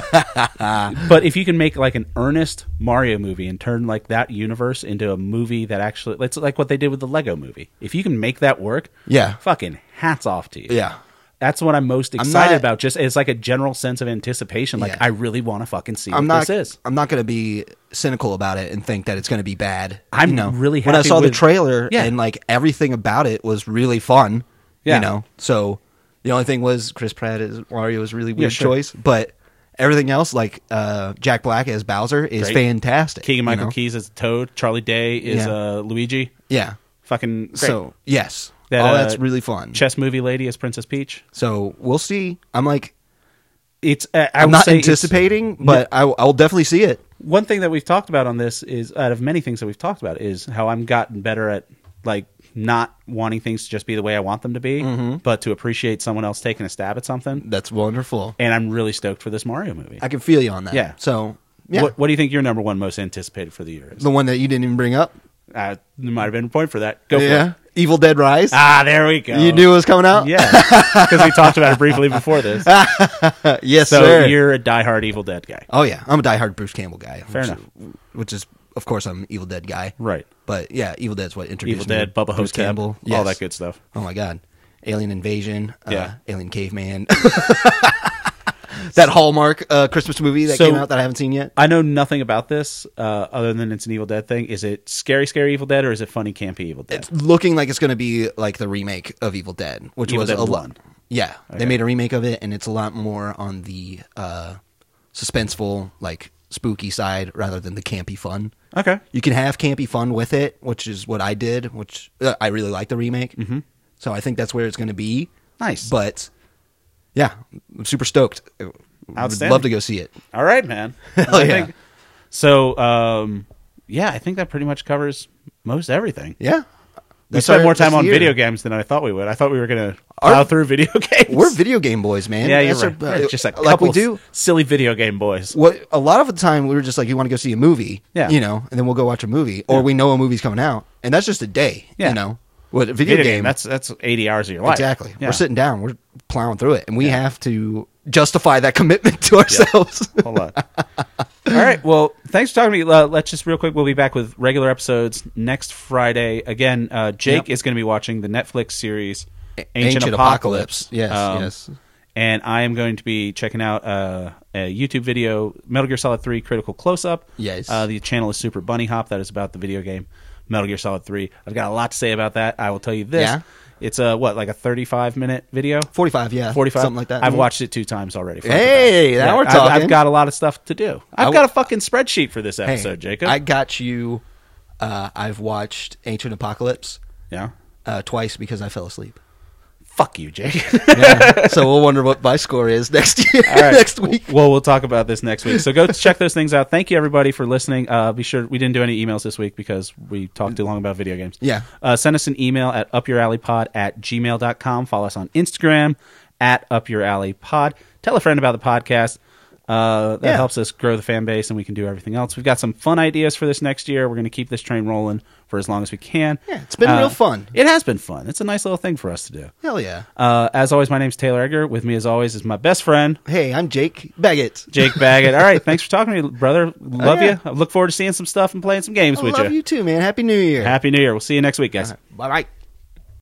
A: but if you can make like an earnest Mario movie and turn like that universe into a movie that actually, it's like what they did with the Lego movie. If you can make that work,
B: Yeah.
A: fucking hats off to you.
B: Yeah.
A: That's what I'm most excited
B: not-
A: about. Just it's like a general sense of anticipation. Like
B: Yeah.
A: I really want to fucking see what
B: I'm not.
A: this is.
B: I'm not going to be cynical about it and think that it's going to be bad.
A: I'm
B: you know?
A: really
B: when I
A: happy
B: saw
A: with-
B: the trailer
A: Yeah.
B: and like everything about it was really fun.
A: Yeah.
B: You know, so the only thing was Chris Pratt as Mario was really weird
A: sure.
B: choice, but everything else like uh, Jack Black as Bowser is
A: Great.
B: fantastic.
A: Keegan Michael
B: you know?
A: Keys is Toad. Charlie Day is
B: Yeah.
A: uh, Luigi.
B: Yeah.
A: Fucking great.
B: So yes,
A: That,
B: all
A: uh,
B: that's really fun.
A: chess movie lady is Princess Peach.
B: so we'll see. I'm like,
A: It's uh, I
B: I'm
A: would
B: not
A: say it's-
B: anticipating, but I, I'll definitely see it.
A: One thing that we've talked about on this is out of many things that we've talked about is how I'm gotten better at like not wanting things to just be the way I want them to be,
B: Mm-hmm.
A: but to appreciate someone else taking a stab at something.
B: That's wonderful.
A: And I'm really stoked for this Mario movie.
B: I can feel you on that.
A: Yeah.
B: So yeah,
A: What, what do you think your number one most anticipated for the year is?
B: the one that you didn't even bring up.
A: Uh, there might have been a point for that. Go for it.
B: Evil Dead Rise.
A: Ah, there we go.
B: you knew it was coming out.
A: Yeah, because we talked about it briefly before this.
B: Uh, yes,
A: So
B: sir.
A: you're a diehard Evil Dead guy.
B: oh yeah, I'm a diehard Bruce Campbell guy.
A: Fair
B: which,
A: enough.
B: Which is of course, I'm an Evil Dead guy.
A: Right.
B: But yeah, Evil Dead's what introduced
A: Evil
B: me
A: Dead,
B: to
A: Bubba
B: Bruce
A: Hotep,
B: Campbell.
A: all
B: Yes.
A: that good stuff.
B: Oh my god, Alien Invasion, uh,
A: Yeah.
B: Alien Caveman. that Hallmark uh, Christmas movie that
A: So-
B: came out that I haven't seen yet.
A: I know nothing about this uh, other than it's an Evil Dead thing. Is it scary, scary Evil Dead, or is it funny, campy Evil Dead?
B: It's looking like it's going to be like the remake of Evil Dead, which
A: Evil
B: was
A: Dead
B: a
A: one.
B: lot. Yeah,
A: Okay.
B: they made a remake of it, and it's a lot more on the uh, suspenseful, like spooky side rather than the campy fun.
A: okay.
B: You can have campy fun with it, which is what I did, which uh, I really like the remake. Mm-hmm. So I think that's where it's going to be.
A: Nice.
B: But yeah, I'm super stoked. I'd
A: Outstanding.
B: love to go see it.
A: All right, man.
B: Hell
A: I
B: yeah.
A: think- so, um, yeah, I think that pretty much covers most everything.
B: Yeah.
A: we
B: That's
A: spent
B: our-
A: more time
B: that's
A: on
B: the year.
A: video games than I thought we would. I thought we were going to plow through video games.
B: We're video game boys, man.
A: yeah, you're
B: That's
A: right.
B: our-
A: We're just a
B: like
A: couple
B: we do.
A: silly video game boys.
B: What a lot of the time we were just like, you want to go see a movie,
A: Yeah.
B: you know, and then we'll go watch a movie, or we know a movie's coming out, and that's just a day,
A: Yeah.
B: you know. What a video,
A: Video game.
B: game?
A: That's that's eighty hours of your life.
B: exactly.
A: Yeah.
B: We're sitting down, we're plowing through it, and we have to justify that commitment to ourselves.
A: Hold on. All right. Well, thanks for talking to me. Uh, let's just real quick. We'll be back with regular episodes next Friday. Again, uh, Jake
B: Yep.
A: is going to be watching the Netflix series Ancient,
B: Ancient
A: Apocalypse. Um,
B: Apocalypse. Yes, yes.
A: And I am going to be checking out uh, a YouTube video, Metal Gear Solid Three Critical Close Up.
B: Yes.
A: Uh, the channel is Super Bunny Hop. That is about the video game Metal Gear Solid Three. I've got a lot to say about that. I will tell you this.
B: Yeah.
A: It's a what like a thirty-five minute video.
B: 45, yeah.
A: 45
B: Something like that.
A: i've
B: Mhm.
A: watched it two times already Fuck
B: Hey,
A: with that.
B: now we're
A: I've- I've,
B: talking.
A: got a lot of stuff to do i've
B: I w-
A: got a fucking spreadsheet for this
B: Hey,
A: episode jacob
B: I got you. Uh, I've watched Ancient Apocalypse
A: yeah
B: uh, twice because I fell asleep.
A: fuck you jake
B: Yeah. so we'll wonder what my score is next year,
A: All right.
B: next week.
A: well we'll talk about this next week so go check those things out thank you everybody for listening uh, be sure we didn't do any emails this week because we talked too long about video games
B: Yeah.
A: uh, send us an email at upyouralleypod at gmail.com follow us on instagram at upyouralleypod tell a friend about the podcast uh, that
B: Yeah.
A: helps us grow the fan base and we can do everything else we've got some fun ideas for this next year we're going to keep this train rolling for as long as we can Uh,
B: Yeah, it's been real fun.
A: it has been fun it's a nice little thing for us to do
B: Hell yeah.
A: uh, as always my name's taylor edgar with me as always is my best friend
B: Hey, I'm Jake Baggett.
A: Jake Baggett. All right, thanks for talking to me, brother. Love
B: Oh, yeah.
A: you. I look forward to seeing some stuff and playing some games
B: I
A: with
B: love
A: you.
B: you too, man. Happy New Year.
A: Happy New Year. We'll see you next week, guys.
B: Bye bye.